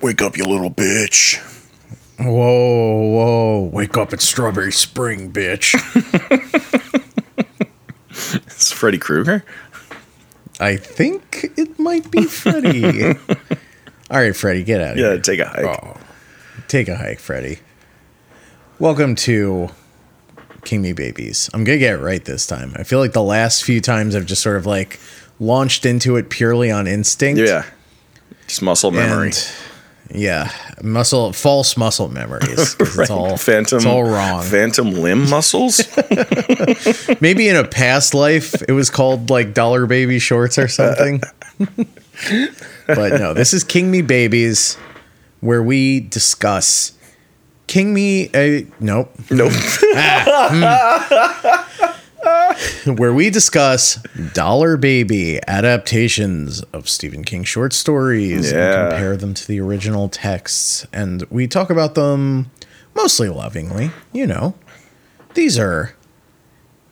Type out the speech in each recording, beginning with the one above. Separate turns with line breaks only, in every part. Wake up, you little bitch.
Whoa, whoa. Wake up, it's Strawberry Spring, bitch.
It's Freddy Krueger.
I think it might be Freddy. All right, Freddy, get out of
Yeah, take a hike.
Oh. here. Take a hike, Freddy. Welcome to King Me Babies. I'm going to get it right this time. I feel like the last few times I've just sort of like launched into it purely on instinct.
Yeah. Just muscle memory.
And yeah, muscle, false muscle memories. 'cause It's all
phantom
It's all wrong.
Phantom limb muscles?
Maybe in a past life it was called like Dollar Baby Shorts or something. but no, this is King Me Babies, where we discuss King Me. Uh, nope.
nope.
Hmm. Where we discuss Dollar Baby adaptations of Stephen King short stories
Yeah.
and compare them to the original texts. And we talk about them mostly lovingly. You know, these are,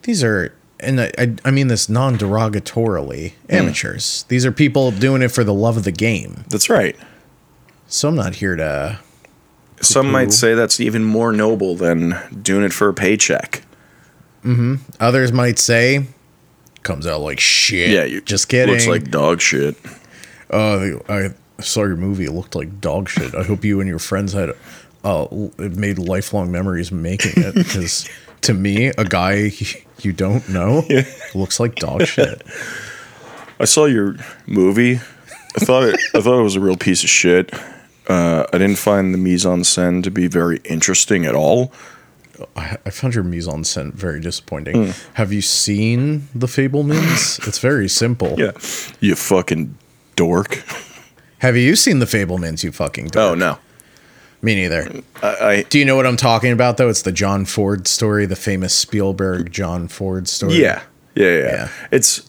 these are, and I, I, I mean this non derogatorily,
Hmm.
amateurs. These are people doing it for the love of the game.
That's right.
So I'm not here to.
Some might say that's even more noble than doing it for a paycheck.
Others might say, comes out like shit.
Yeah, you
just kidding.
Looks like dog shit.
Oh, I saw your movie. It looked like dog shit. I hope you and your friends had uh, l- it made lifelong memories making it. Because to me, a guy you don't know looks like dog shit.
I saw your movie. I thought it, I thought it was a real piece of shit. Uh, I didn't find the mise en scène to be very interesting at all.
I, I found your mise en scène very disappointing.
Hmm.
Have you seen The Fablemans? It's very simple.
Yeah, you fucking dork.
Have you seen The Fablemans? You fucking do
Oh no,
Me neither.
I, I
Do you know what I'm talking about though? It's the John Ford story, the famous Spielberg John Ford story.
yeah, yeah, yeah.
Yeah.
It's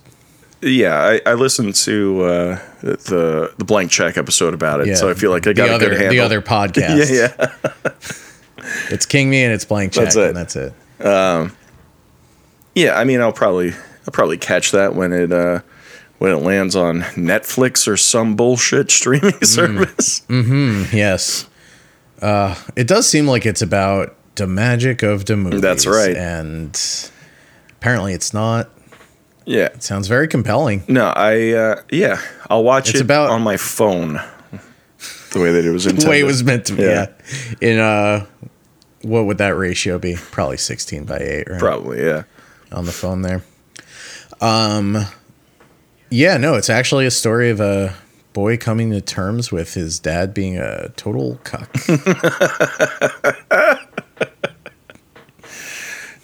yeah. I, I listened to uh, the the blank check episode about it,
Yeah.
so I feel like I got
the
a
other
good handle.
the other podcast.
yeah, yeah.
It's King Me and it's Blank Check.
That's it.
And that's it.
Yeah, I mean, I'll probably I'll probably catch that when it uh, when it lands on Netflix or some bullshit streaming
Mm.
service.
Yes. Uh, it does seem like it's about the magic of the movies.
That's right.
And apparently it's not.
Yeah,
Sounds very compelling.
no, I uh, yeah, I'll watch
It's
it
about-
on my phone. The way that it was intended.
The way it was meant to be.
Yeah.
Yeah. In uh what would that ratio be? Probably 16 by 8, right?
probably yeah.
on the phone there. Um, yeah, no, it's actually a story of a boy coming to terms with his dad being a total cuck.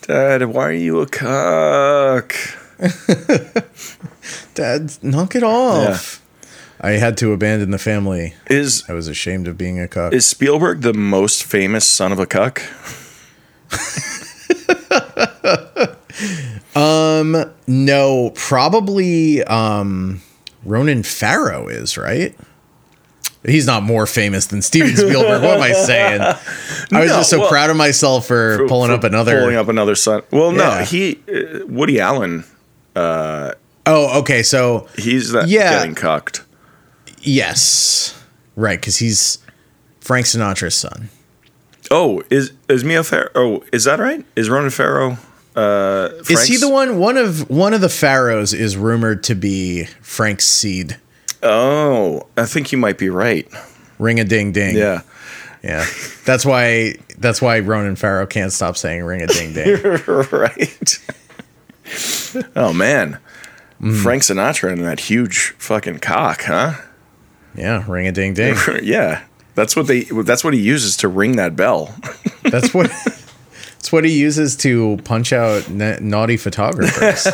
Dad, why are you a cock?
dad, knock it off. I had to abandon the family.
Is
I was ashamed of being a cuck.
is Spielberg the most famous son of a cuck?
no, probably um, Ronan Farrow is right. He's not more famous than Steven Spielberg. what am I saying? I was
No,
just so
well-
proud of myself for, pulling
For
up another.
pulling up another son. Well, no,
Yeah.
he uh, Woody Allen.
Oh, okay. So
He's that
Yeah.
getting cucked.
Yes. Right, because he's Frank Sinatra's son.
Oh, is is Mia Farrow? Oh, is that right? Is Ronan Farrow? Uh,
Is he the one one of one of the pharaohs is rumored to be Frank's seed.
Oh, I think you might be right.
Ring a ding ding.
Yeah,
Yeah. That's why that's why Ronan Farrow can't stop saying ring a ding ding.
right. oh man,
Mm.
Frank Sinatra and that huge fucking cock, huh?
yeah, ring a ding ding.
yeah, that's what they. That's what he uses to ring that bell.
That's what that's what he uses to punch out na- naughty photographers.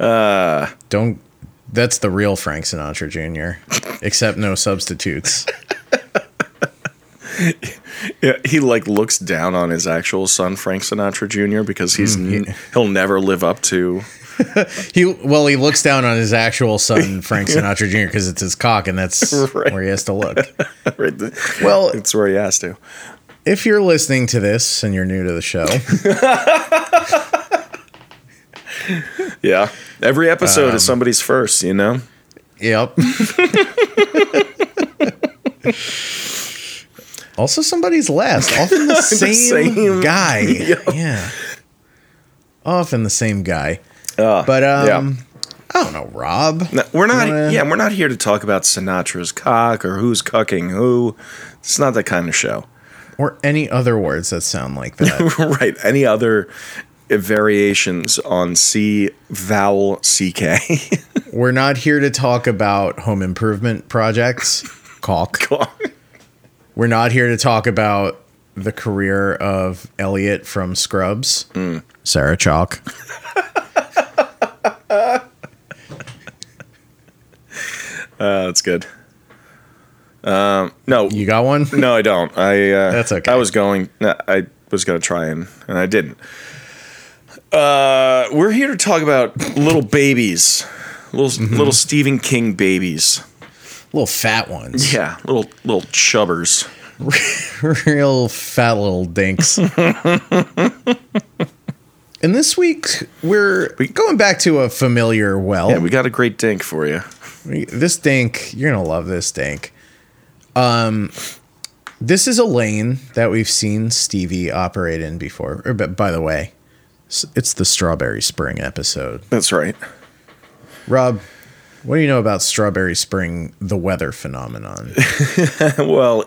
Don't that's the real Frank Sinatra Jr. Except no substitutes.
Yeah, he like looks down on his actual son, Frank Sinatra Jr., because he's n-
Mm-hmm.
he'll never live up to.
He well, he looks down on his actual son, Frank Sinatra Jr., because it's his cock, and that's
Right.
where he has to look.
Right? the-
Well,
it's where he has to.
if you're listening to this and you're new to the show, Um,
Yeah, every episode is somebody's first, you know.
yep. Also, somebody's last. Often the same,
same.
guy.
Yep.
Yeah. Often the same guy.
Uh,
But
yeah.
um, I don't know, Rob.
No, we're not.
Wanna-
yeah, we're not here to talk about Sinatra's cock or who's cucking who. It's not that kind of show,
or any other words that sound like that.
right? Any other variations on C vowel CK?
We're not here to talk about home improvement projects. Caulk. We're not here to talk about the career of Elliot from Scrubs,
Mm.
Sarah Chalk.
Uh, that's good. Um, no,
You got one?
no, I don't. I uh,
That's okay.
I was going. no, I was going to try and and I didn't. Uh, we're here to talk about little babies, little little Stephen King babies.
Little fat ones.
Yeah, little little chubbers.
Real fat little dinks. and this week, we're going back to a familiar well.
Yeah, we got a great dink for you.
this dink you're gonna love this dink um this is a lane that we've seen stevie operate in before or, but by the way s- it's the strawberry spring episode
That's right.
rob what do you know about strawberry spring the weather phenomenon
well,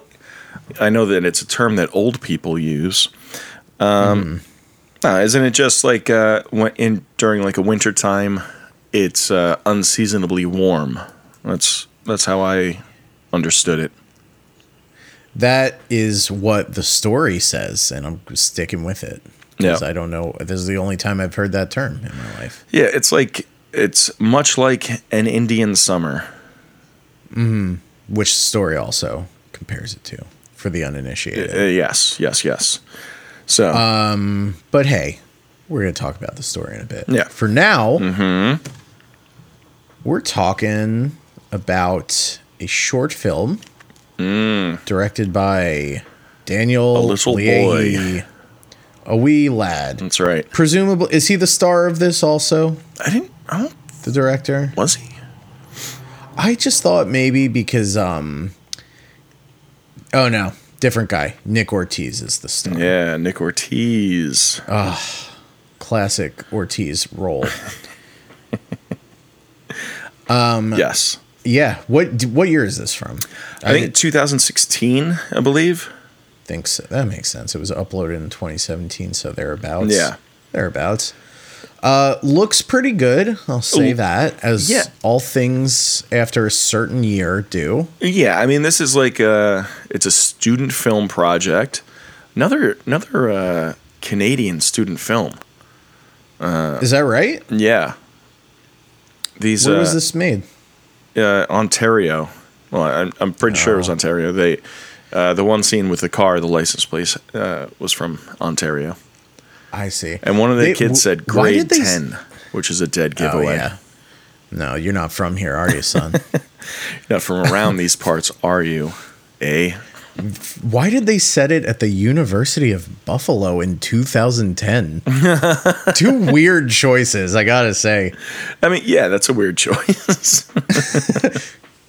I know that it's a term that old people use. Um, uh, isn't it just like uh, when in during like a winter time, it's uh, unseasonably warm. That's that's how I understood it.
that is what the story says and i'm sticking with it 'Cause
Yeah.
i don't know this is the only time i've heard that term in my life
Yeah, it's like it's much like an Indian summer.
which story also compares it to for the uninitiated
Uh, yes, yes, yes. So
But hey, we're going to talk about the story in a bit.
Yeah. Mm-hmm.
For now, we're talking about a short film directed by Daniel. A
Mm. little
boy. A wee lad.
that's right.
Presumably, is he the star of this also?
I didn't. I don't.
The director?
Was he?
I just thought maybe because, um, oh no, different guy. Nick Ortiz is the star.
Yeah, Nick Ortiz.
Classic Ortiz role.
yes.
Yeah. What d- what year is this from?
I, think 2016, I believe.
think so. That makes sense. It was uploaded in 2017, so thereabouts.
Yeah.
Thereabouts. Uh, looks pretty good. I'll say
Ooh.
that as
Yeah.
all things after a certain year do.
Yeah, I mean this is like a it's a student film project. Another another uh, Canadian student film. Uh.
Is that right?
Yeah. These
Where
uh,
was this made?
uh, Ontario. Well, I'm, I'm pretty sure it
Oh.
was Ontario. They uh, the one scene with the car, the license plate uh, was from Ontario.
I see.
And one of the
They-
kids said
wh- why did
grade
they s-
10, which is a dead
Oh
giveaway.
yeah. No, you're not from here, are you, son?
Not from around these parts are you? A
Why did they set it at the University of Buffalo in 2010? Two weird choices, I gotta say.
I mean, yeah, that's a weird choice.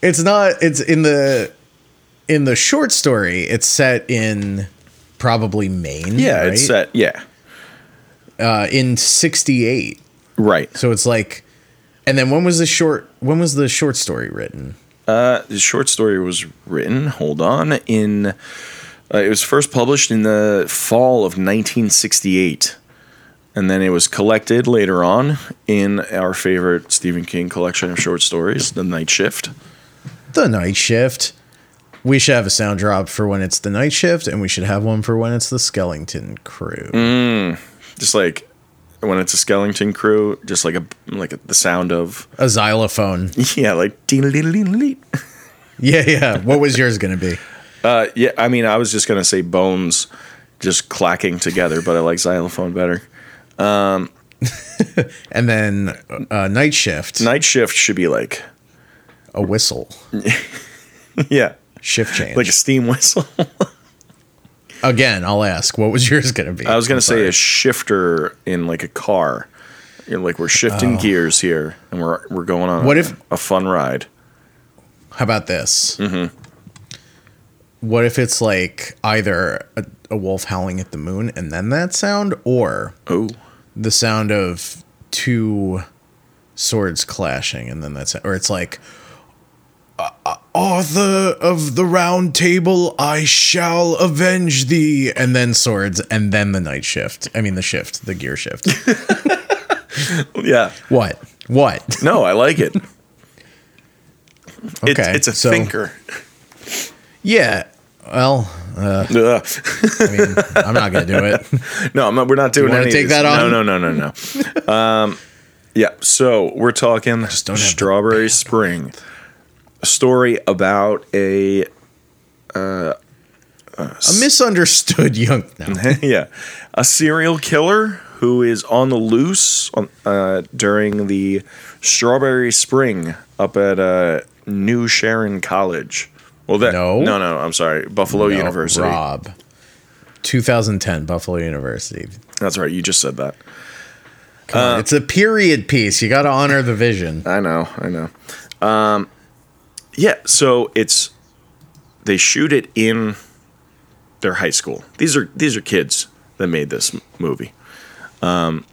it's not it's in the in the short story it's set in probably maine
yeah,
right?
it's set. Yeah.
uh, in 68
Right.
so it's like and then when was the short when was the short story written
Uh, the short story was written. Hold on. In uh, it was first published in the fall of 1968, and then it was collected later on in our favorite Stephen King collection of short stories, The Night Shift.
the night shift we should have a sound drop for when it's the night shift and we should have one for when it's the skellington crew
Mm. Just like when it's a skeleton crew, just like a like a, the sound of
a xylophone
yeah, like ding-a-ding-a-ding-a-ding.
yeah yeah what was yours gonna be
uh, yeah. I mean, I was just gonna say bones, just clacking together, but I like xylophone better.
and then uh, night shift
Night Shift should be like
a whistle
yeah,
shift change
like a steam whistle.
again i'll ask what was yours gonna be
I was gonna say a shifter in like a car.
Oh.
You know, like we're shifting gears here, and we're we're going on.
What
a,
if-
a fun ride?
How about this?
Mm-hmm.
What if it's like either a, a wolf howling at the moon and then that sound, or
Oh,
the sound of two swords clashing and then that's or it's like "Uh, uh, Arthur of the Round Table, I shall avenge thee, and then swords, and then the night shift. I mean, the shift, the gear shift.
yeah.
what? What?
No, I like it. It's,
Okay,
it's a
so-
thinker.
Yeah. Well,
Ugh.
I mean, I'm not gonna do it.
No, I'm not, we're not doing
wanna
any. of
take
this.
that on?
No, no, no, no, no. um, yeah. So we're talking
don't have the
Strawberry Spring, a story about a
A misunderstood young. No.
yeah a serial killer who is on the loose on, uh, during the Strawberry Spring up at uh, New Sharon College. Well, that
No.
no, no. I'm sorry, Buffalo
No,
University.
Rob. 2010 Buffalo University.
That's right. You just said that.
Come
Uh,
on, it's a period piece. You got to honor the vision.
I know, I know. Um, yeah, so it's they shoot it in their high school. These are these are kids that made this m- movie. Um,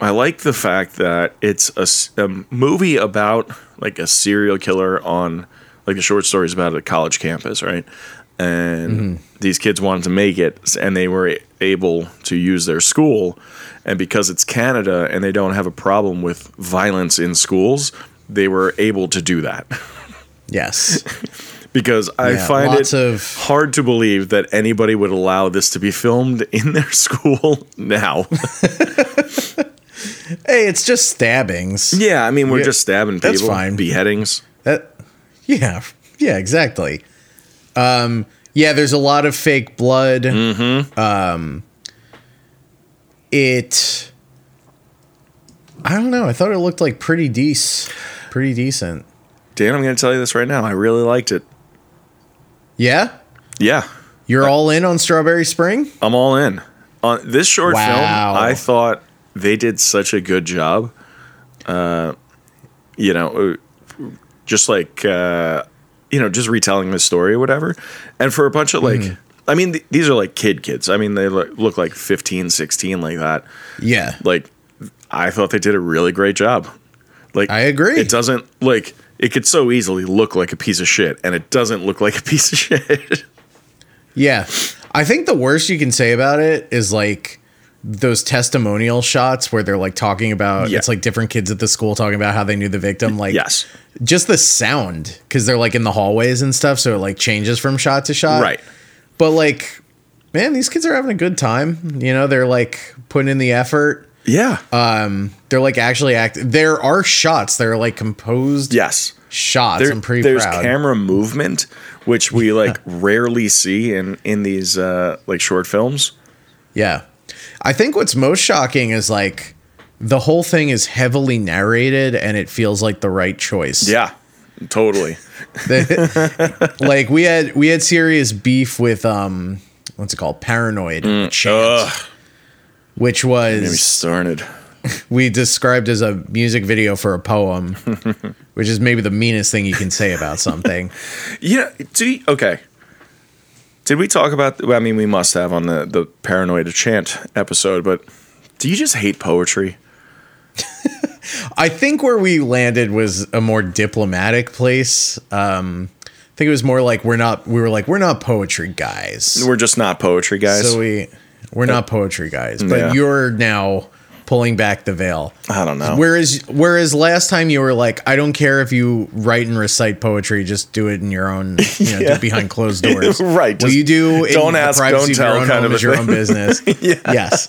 I like the fact that it's a, s- a movie about like a serial killer on like the short stories about a college campus, right? And these kids wanted to make it, s- and they were a- able to use their school. And because it's Canada and they don't have a problem with violence in schools, they were able to do that.
Yes.
because I
Yeah,
find it
lots of-
hard to believe that anybody would allow this to be filmed in their school now.
hey, it's just stabbings.
yeah, I mean we're
Yeah,
just stabbing people,
that's fine.
beheadings.
That, yeah. Yeah, exactly. Um, yeah, there's a lot of fake blood. Mm-hmm. Um, it. I don't know. I thought it looked like pretty decent. Pretty decent.
Dan, I'm going to tell you this right now. I really liked it.
Yeah?
Yeah,
You're
Uh,
all in on Strawberry Spring?
I'm all in on this short
Wow.
film. I thought they did such a good job. Uh, you know, uh, just like uh, you know, just retelling the story or whatever. And for a bunch
Hmm.
of like, I mean, th- these are like kid kids. I mean, they look, look like 15, 16, like that.
Yeah.
Like, I thought they did a really great job. Like,
I agree.
It doesn't like it could so easily look like a piece of shit, and it doesn't look like a piece of shit.
Yeah. I think the worst you can say about it is like those testimonial shots where they're like talking about
Yeah.
it's like different kids at the school talking about how they knew the victim like
yes.
just the sound cuz they're like in the hallways and stuff so it like changes from shot to shot.
Right.
But like man, these kids are having a good time. You know, they're like putting in the effort.
Yeah.
uh, They're like actually act there are shots that are like composed
yes.
shots.
There-
I'm pretty
there's
proud.
camera movement, which we like rarely see in in these uh, like short films.
Yeah. I think what's most shocking is like the whole thing is heavily narrated and it feels like the right choice.
Yeah, totally.
like we had we had serious beef with um what's it called? Paranoid Chant,
Ugh,
which
we
was
started.
we described as a music video for a poem, which is maybe the meanest thing you can say about something.
Yeah. Do you- okay. Did we talk about? well, I mean, we must have on the the paranoid chant episode. But do you just hate poetry?
I think where we landed was a more diplomatic place. Um I think it was more like we're not we were like we're not poetry guys.
We're just not poetry guys.
So we we're not poetry guys, but
Yeah.
you're now pulling back the veil.
I don't know.
Whereas whereas last time you were like, I don't care if you write and recite poetry, just do it in your own, you know, do
Yeah.
it behind closed doors.
Right,
What
just
you do in
don't
the
ask,
privacy
don't
of your
tell
own home
kind of a
is your own
thing.
business. Yes.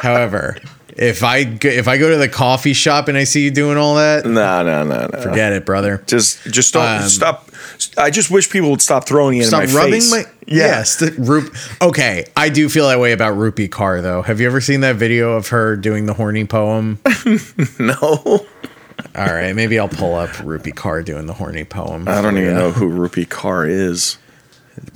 However, if I go- if I go to the coffee shop and I see you doing all that,
no, no, no, no.
get it, brother.
Just just don't
Um,
stop. I just wish people would stop throwing it
Stop
in my
rubbing
face.
my yes. The, Rup, okay, I do feel that way about Rupi Kaur though. Have you ever seen that video of her doing the horny poem?
No.
All right, maybe I'll pull up Rupi Kaur doing the horny poem.
I don't
for
even
ya.
know who Rupi Kaur is.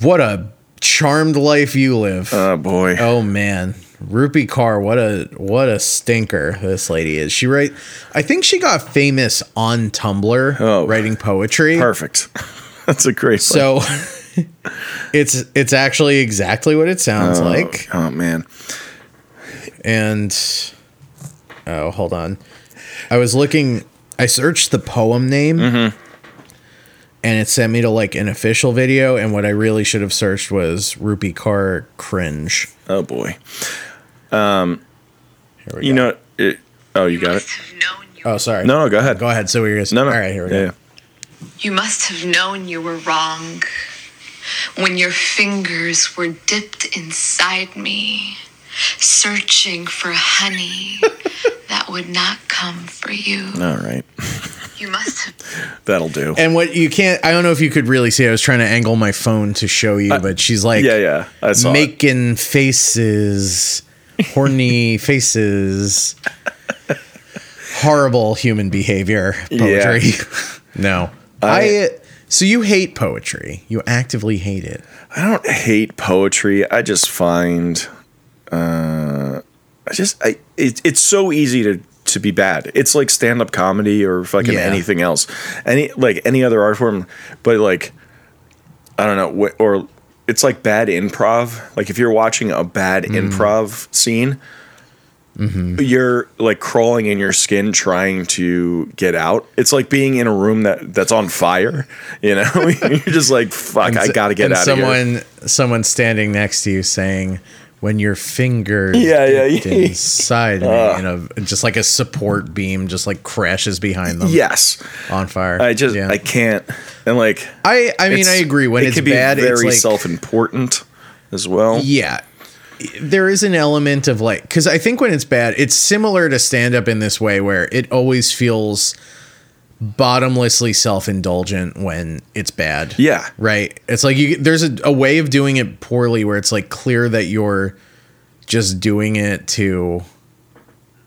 What a charmed life you live.
Oh boy.
oh man, Rupi Kaur, what a what a stinker this lady is. She write I think she got famous on Tumblr
Oh.
writing poetry.
Perfect. That's a great.
So it's it's actually exactly what it sounds like.
Oh man.
And oh, hold on. I was looking I searched the poem name.
Mm-hmm.
And it sent me to like an official video, and what I really should have searched was Rupi Kaur cringe.
Oh boy.
Here we
You
go.
know. It, oh, you got it.
must have known you.
oh, sorry.
No, no. Go ahead.
Go ahead. So we're gonna.
No, no.
All right, here we go.
Yeah, yeah.
You must have known you were wrong when your fingers were dipped inside me, searching for honey that would not come for you.
All right.
You must have
That'll do.
And what you can't, I don't know if you could really see. I was trying to angle my phone to show you, but she's like,
yeah, yeah. I saw it.
making faces, horny faces, horrible human behavior poetry. no, I,
I-
So you hate poetry? You actively hate it?
I don't hate poetry. I just find, uh, I just I it, it's so easy to to be bad. It's like stand up comedy or fucking
Yeah.
anything else, any like any other art form. But like, I don't know, wh- or it's like bad improv. Like if you're watching a bad
Hmm.
improv scene.
Mm-hmm.
You're like crawling in your skin, trying to get out. It's like being in a room that that's on fire. You know, you're just like, "Fuck, I gotta get
and
out of here."
someone, of Someone, someone standing next to you saying. When your fingers
Yeah, yeah,
dipped
yeah. Uh.
inside me, and a, just like a support beam, just like crashes behind them.
Yes,
on fire.
I just
Yeah.
I can't. And like,
I I mean
it's-
I agree when
it
it's
could
bad
be very
it's like
self-important as well.
yeah. There is an element of like cuz I think when it's bad it's similar to stand up in this way where it always feels bottomlessly self-indulgent when it's bad.
Yeah.
Right? It's like you there's a, a way of doing it poorly where it's like clear that you're just doing it to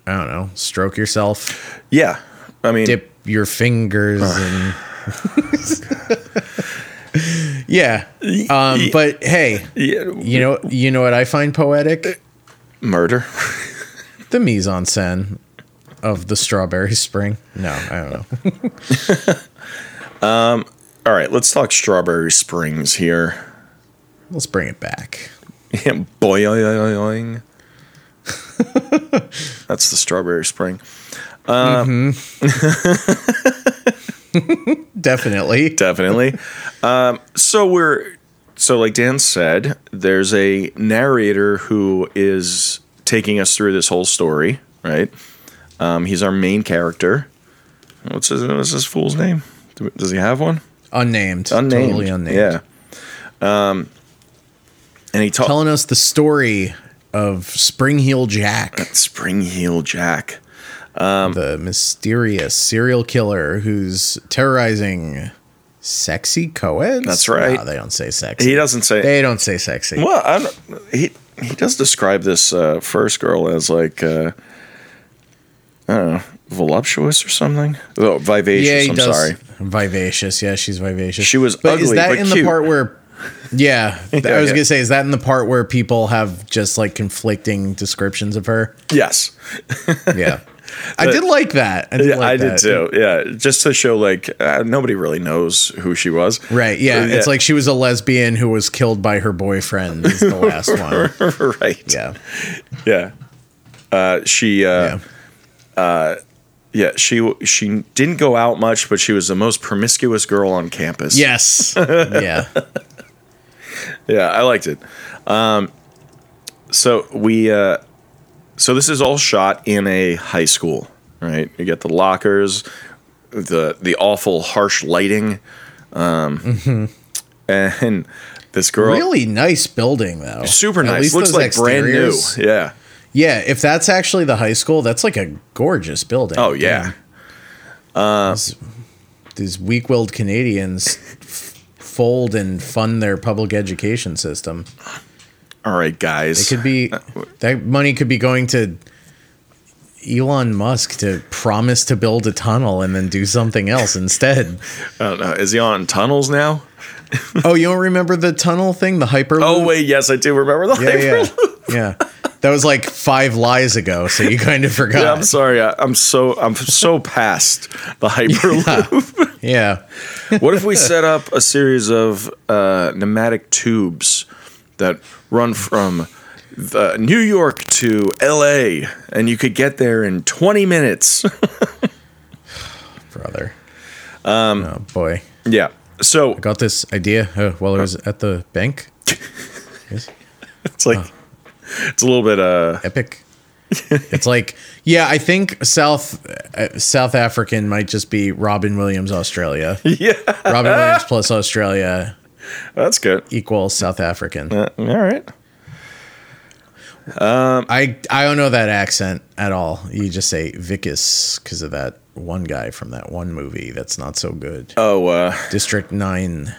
I don't know, stroke yourself,
yeah. I mean,
dip your fingers and Yeah. Um, but hey,
yeah,
you know, you know what I find poetic?
murder.
The mise en scène of the strawberry spring. No, I don't know.
All right, let's talk Strawberry Springs here.
Let's bring it back.
Boing. That's the Strawberry Spring.
Definitely.
definitely. um, so we're so like Dan said, there's a narrator who is taking us through this whole story, right? Um, he's our main character. What's his, what's his fool's name? Do- Does he have one?
Unnamed.
Unnamed.
Totally unnamed.
Yeah. Um, and he talks
Telling us the story of Spring Heel Jack,
Spring Heel Jack. Um,
the mysterious serial killer who's terrorizing sexy co-eds.
That's right.
No, they don't say sexy.
He doesn't say
they don't say sexy.
Well, I don't, he he does describe this uh, first girl as like uh, I don't know, voluptuous or something. Oh, vivacious. I'm sorry.
Vivacious. Yeah, she's vivacious.
She was
But is
ugly,
that
but
in the
cute.
part where? Yeah,
Yeah,
I was
yeah.
gonna say, is that in the part where people have just like conflicting descriptions of her?
Yes,
Yeah, I did like that. I did,
Yeah,
like
I did
that.
too. Yeah, just to show like uh, nobody really knows who she was.
Right? Yeah, it's like she was a lesbian who was killed by her boyfriend. Is the last one.
right.
Yeah,
Yeah. Uh, she. Uh,
yeah.
Yeah, she she didn't go out much, but she was the most promiscuous girl on campus.
Yes. Yeah.
yeah, I liked it. Um, so we, uh, so this is all shot in a high school, right? You get the lockers, the the awful harsh lighting, um, and this girl
Mm-hmm. Really nice building though.
super
At
nice,
least
looks
those
like
exteriors.
brand new. Yeah.
Yeah, if that's actually the high school, that's like a gorgeous building.
Oh yeah.
these weak-willed Canadians f- fold and fund their public education system.
All right, guys.
Could be that money could be going to Elon Musk to promise to build a tunnel and then do something else instead.
I don't know. Oh, Is he on tunnels now?
oh, you don't remember the tunnel thing, the hyperloop?
Oh wait, yes, I do remember the
yeah, yeah,
hyperloop.
yeah. That was like five lies ago, so you kind of
Yeah, I'm
forgot.
sorry. I, I'm so I'm so past the hyperloop.
Yeah.
what if we set up a series of uh, pneumatic tubes that run from the New York to L.A. and you could get there in 20 minutes?
brother. Um, oh boy,
yeah. So
got this idea uh, while I was at the bank. Yes.
it's like it's a little bit uh
Epic. it's like, yeah, I think South uh, South African might just be Robin Williams Australia.
yeah.
Robin Williams plus Australia
That's good.
equals South African.
Uh, all right.
I I don't know that accent at all. You just say Vicus because of that one guy from that one movie that's not so good.
Oh, uh,
District Nine.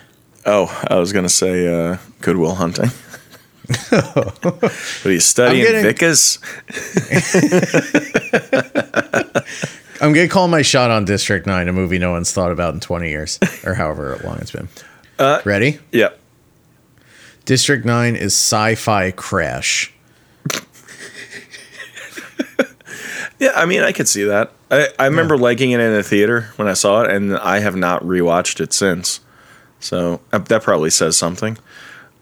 oh, I was gonna say uh, Goodwill Hunting. but he's studying
I'm getting-
Vickers.
I'm gonna call my shot on District Nine, a movie no one's thought about in 20 years or however long it's been.
Uh,
Ready?
Yeah.
District Nine is sci-fi crash.
Yeah, I mean, I could see that. I, I remember liking it in the theater when I saw it, and I have not rewatched it since. So uh, that probably says something.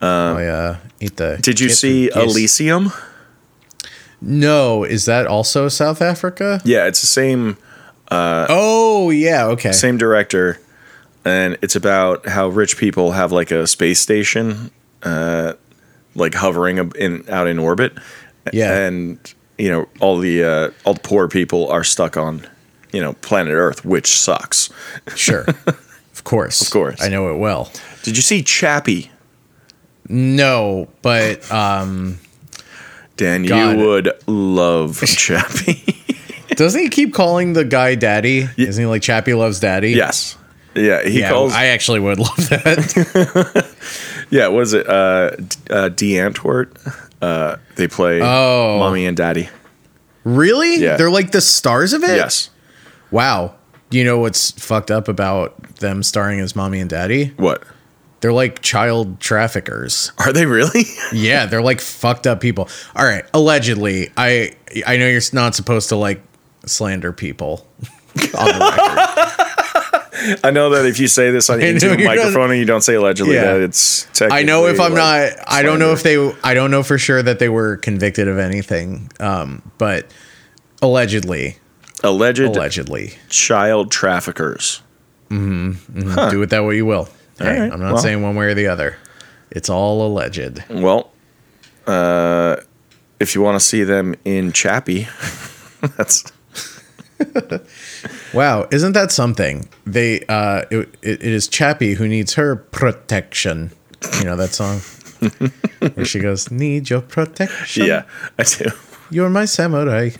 I uh, eat the.
Did you
kit
see
for geese.
Elysium?
No, is that also South Africa?
Yeah, it's the same Uh,
oh yeah, okay.
same director, and it's about how rich people have like a space station, uh, like hovering ab- in out in orbit.
Yeah.
and you know all the uh, all the poor people are stuck on you know planet Earth, which sucks.
Sure, of course, of
course.
I know it well.
Did you see Chappie?
No, but um,
Dan,
God.
you would love Chappie.
doesn't he keep calling the guy daddy? Isn't he like Chappie loves daddy?
yes. Yeah, he
Yeah,
calls.
I actually would love that.
yeah, what is it? Uh, D- uh, D. Antwort. Uh, they play
Oh.
Mommy and Daddy.
really?
Yeah.
They're like the stars of it.
Yes.
Wow. You know what's fucked up about them starring as mommy and daddy?
What?
They're like child traffickers.
Are they really?
Yeah, they're like fucked up people. All right, allegedly, I I know you're not supposed to like slander people. on the record.
I know that if you say this on
I
into
know
a
you don't-
microphone and you don't say allegedly,
Yeah.
that it's. Technically
I know if I'm
like,
not. I don't know if they. I don't know for sure that they were convicted of anything. Um, but allegedly,
alleged
allegedly,
child traffickers.
do with that what you will. All right,
right,
I'm not
well.
saying one way or the other. It's all alleged.
Well, uh, if you want to see them in Chappie, that's
Wow, isn't that something? They uh it, it, it is Chappie who needs her protection. You know that song? Where she goes, Need your protection.
yeah, I do.
You're my samurai.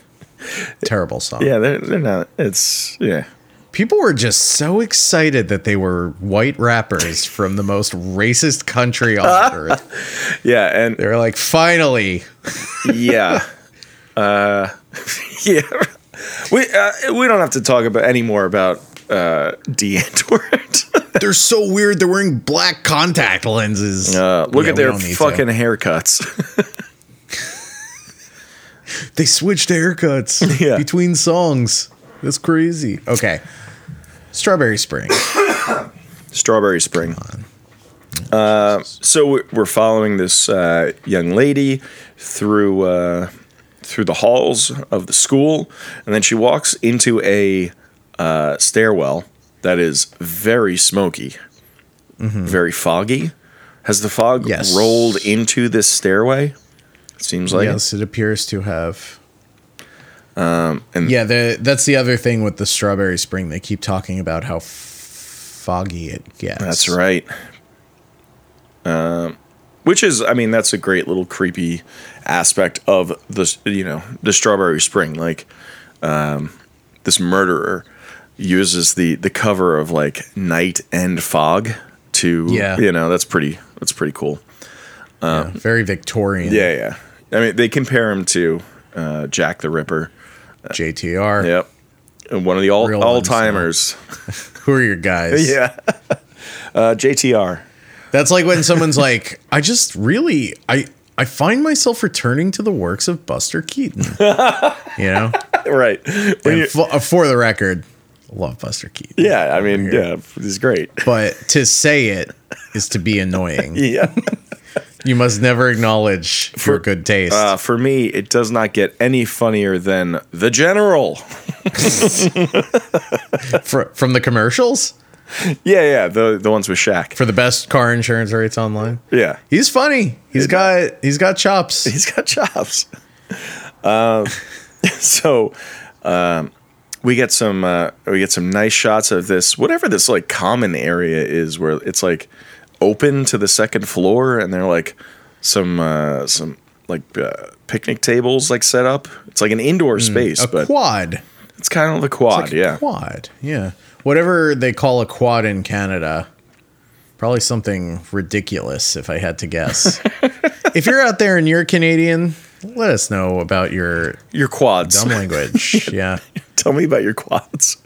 Terrible song.
Yeah, they're they're not. It's yeah.
People were just so excited that they were white rappers from the most racist country on earth.
Yeah, and
They were like, finally.
yeah, uh, yeah. We uh, we don't have to talk about any more about uh, D Antwoord.
They're so weird. They're wearing black contact lenses.
Uh, look
Yeah,
at
we
their
don't need to.
fucking haircuts.
They switched haircuts
Yeah.
between songs. That's crazy. Okay. Strawberry Spring.
Strawberry Spring. Uh, so we- we're following this uh, young lady through uh, through the halls of the school, and then she walks into a uh, stairwell that is very smoky, very foggy. Has the fog
Mm-hmm. Yes.
rolled into this stairway? It seems like. it.
yes, it appears to have.
Um, and-
yeah, the, that's the other thing with the Strawberry Spring. They keep talking about how f- foggy it gets.
That's right. Um, which is, I mean, that's a great little creepy aspect of the, you know, the Strawberry Spring. Like, um, this murderer uses the the cover of like night and fog to,
Yeah.
you know, that's pretty that's pretty cool.
Yeah, very Victorian.
Yeah, yeah. I mean, they compare him to uh, Jack the Ripper.
JTR.
Yep, and one of the all
Real
all timers.
Who are your guys?
Yeah, uh, JTR.
That's like when someone's like, I just really, I, I find myself returning to the works of Buster Keaton. you know,
right. When
and
you-
fo- uh, for the record, love Buster Keaton.
yeah, I mean, yeah, he's great.
But to say it is to be annoying.
Yeah.
You must never acknowledge your good taste.
Uh, for me, it does not get any funnier than the general.
Fr- from the commercials
Yeah, yeah, the the ones with Shaq.
for the best car insurance rates online.
Yeah,
He's funny. He's got he's got chops.
he's got chops. Um, so um, we get some uh, we get some nice shots of this whatever this like common area is where it's like open to the second floor and they're like some uh, some like uh, picnic tables like set up. It's like an indoor space,
A
but
quad.
Hmm, it's kind of the quad. yeah,
Quad. Yeah. Whatever they call a quad in Canada. Probably something ridiculous if I had to guess. if you're out there and you're Canadian, let us know about your
your quads.
dumb language. yeah.
Tell me about your quads.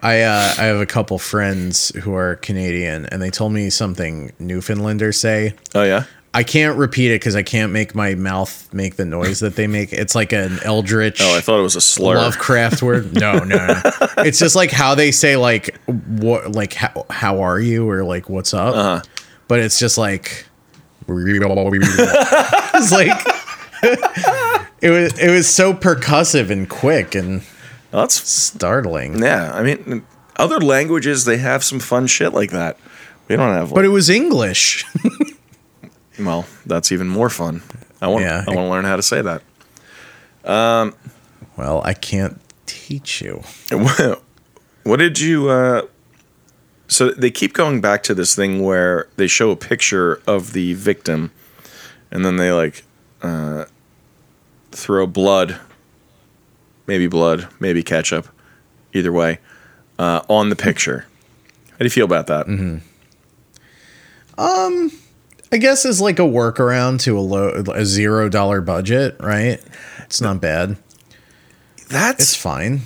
I uh, I have a couple friends who are Canadian and they told me something Newfoundlanders say.
Oh yeah.
I can't repeat it because I can't make my mouth make the noise that they make. It's like an eldritch.
Oh, I thought it was a slur.
Lovecraft word? No, no, no. it's just like how they say like what, like how, how are you or like what's up.
Uh-huh.
But it's just like it's like it was it was so percussive and quick and
Oh, That's
startling.
yeah. I mean, other languages they have some fun shit like that. We don't have.
But it was English.
well, that's even more fun. I want.
Yeah.
I want to learn how to say that.
well, I can't teach you.
what did you? Uh, so they keep going back to this thing where they show a picture of the victim, and then they like uh, throw blood, maybe blood, maybe ketchup, either way, uh, on the picture. How do you feel about that?
I guess as like a workaround to a low a zero dollar budget, right? It's not bad.
That's
It's fine.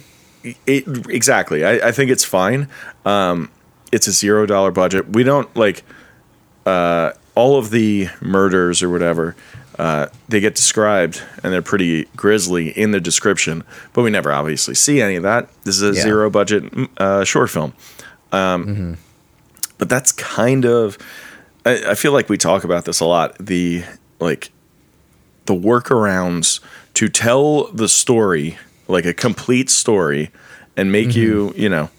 It, exactly. I, I think it's fine. Um, it's a zero dollar budget. We don't like uh, all of the murders or whatever. Uh, they get described and they're pretty grisly in the description, but we never obviously see any of that. This is a
Yeah.
zero budget mm, uh, short film. Um, But that's kind of. I, I feel like we talk about this a lot. The like the workarounds to tell the story like a complete story and make
Mm-hmm.
you you know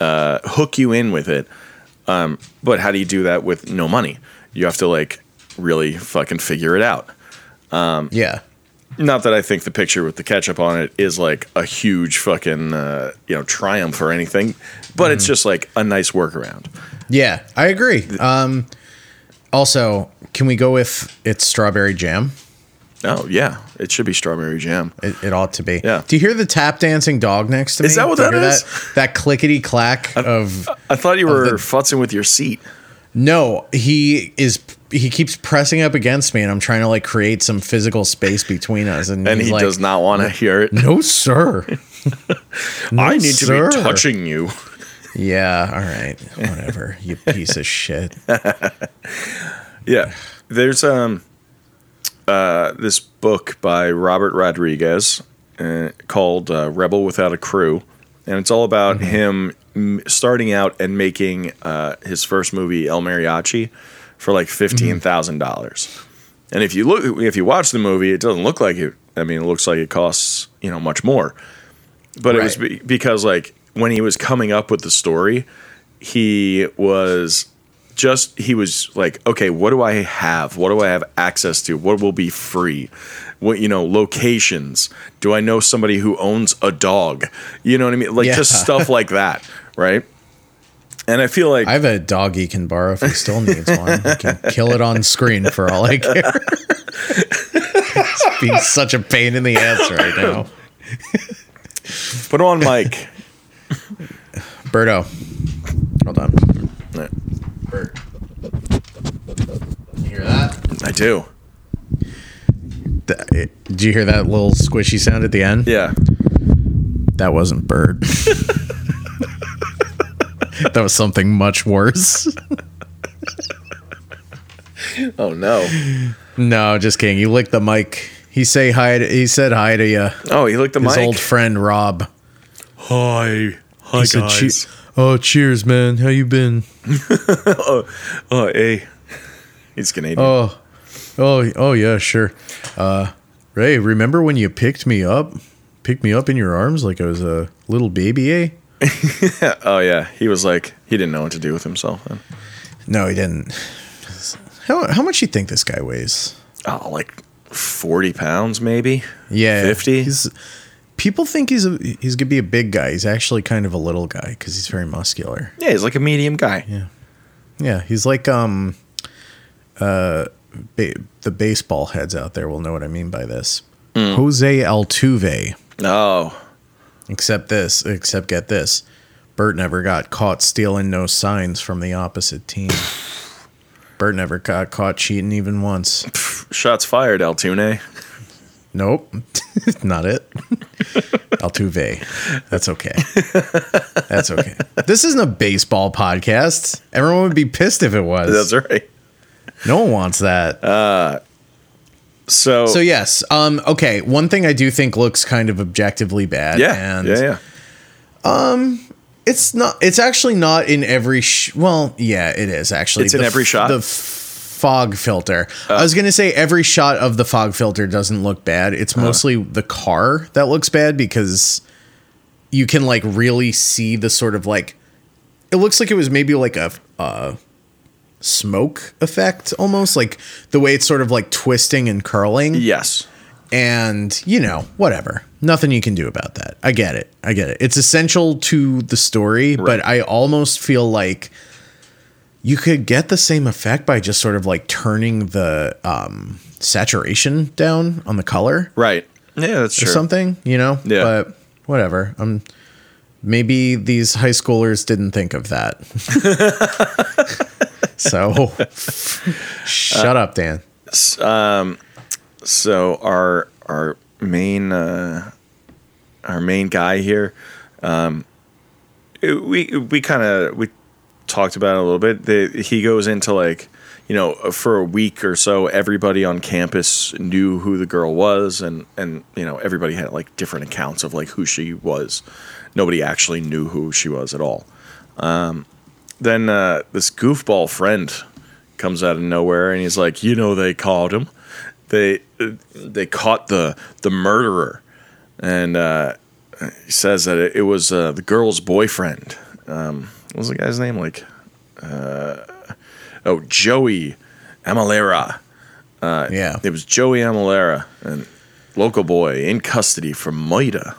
uh, hook you in with it um, but how do you do that with no money you have to like really fucking figure it out
Yeah.
not that i think the picture with the ketchup on it is like a huge fucking uh, you know triumph or anything but
Mm-hmm.
it's just like a nice workaround
Yeah, I agree. Um also, can we go with it's strawberry jam?
oh yeah it should be strawberry jam
It, it ought to be.
Yeah.
Do you hear the tap dancing dog next to me?
Is that what
Do you
that
hear
is?
That, clickety clack of
i thought you were
Oh, the-
futzing with your seat
no. He is. He keeps pressing up against me, and I'm trying to like create some physical space between us. And,
and
he's
he
like,
does not want to hear it
No, sir. No,
i need
sir."
to be touching you
Yeah. All right. Whatever. you piece of shit.
Yeah. There's um uh this book by Robert Rodriguez uh, called uh, Rebel Without a Crew and it's all about
Mm-hmm.
him m- starting out and making uh, his first movie El Mariachi for like
Mm-hmm.
$15,000. dollars And if you look if you watch the movie it doesn't look like it I mean it looks like it costs, you know, much more. But it was
Right.
be- because like when he was coming up with the story he was just he was like okay what do i have what do i have access to what will be free what you know locations do i know somebody who owns a dog you know what i mean like
Yeah.
just stuff like that right and i feel like
I have a dog he can borrow if he still needs one. He can kill it on screen for all I care. it's being such a pain in the ass right now.
put on mic
Birdo. Hold on. Bird. You hear that?
i do
Th- it- Do you hear that little squishy sound at the end?
yeah
That wasn't bird. that was something much worse.
oh no
No, just kidding. You licked the mic. He say hi. To, he said hi to you.
Oh, he licked the
His
mic.
old friend Rob.
Hi. Hi,
He said, "Che- oh, cheers, man. How you been?
oh, hey. He's Canadian.
Oh, oh, oh, yeah, sure. Uh, Ray, remember when you picked me up? Picked me up in your arms like I was a little baby, eh?
oh, yeah. He was like, he didn't know what to do with himself then.
No, he didn't. How how much you think this guy weighs?
Oh, like 40 pounds maybe?
Yeah,
50?
He's, people think he's a he's gonna be a big guy. He's actually kind of a little guy because he's very muscular.
Yeah, he's like a medium guy.
Yeah, he's like um, uh, ba- the baseball heads out there will know what I mean by this. Jose Altuve,
Oh,
except this, except get this, Bert never got caught stealing no signs from the opposite team. Bert never got caught cheating even once.
shots fired, Altuve.
Nope, not it. Altuve. That's okay. That's okay. This isn't a baseball podcast. Everyone would be pissed if it was.
That's right.
No one wants that.
So,
So yes, um, okay. One thing I do think looks kind of objectively bad.
yeah,
and
yeah, yeah.
It's not. It's actually not in every. Sh- well, yeah, it is actually.
It's in
The
every
f-
shot? Oh.
The f- fog filter. I was gonna say every shot of the fog filter doesn't look bad. It's
Uh-huh.
mostly the car that looks bad because you can like really see the sort of like. It looks like it was maybe like a. Uh, smoke effect almost like the way it's sort of like twisting and curling
Yes.
and you know whatever nothing you can do about that i get it i get it it's essential to the story but i almost feel like you could get the same effect by just sort of like turning the um saturation down on the color
Right. Yeah, that's
or
true.
something you know
Yeah.
but whatever um maybe these high schoolers didn't think of that so shut up dan
so our our main uh, our main guy here, um, we we kind of we talked about it a little bit. The, he goes into like you know for a week or so, everybody on campus knew who the girl was, and and you know everybody had like different accounts of like who she was. Nobody actually knew who she was at all. Um, then uh, this goofball friend comes out of nowhere and he's like, you know, they caught him. They they caught the the murderer, and uh, he says that it, it was uh, the girl's boyfriend. Um, what was the guy's name? Like, uh, oh, Joey Amalera.
yeah
It was Joey Amalera, and local boy in custody for Moida.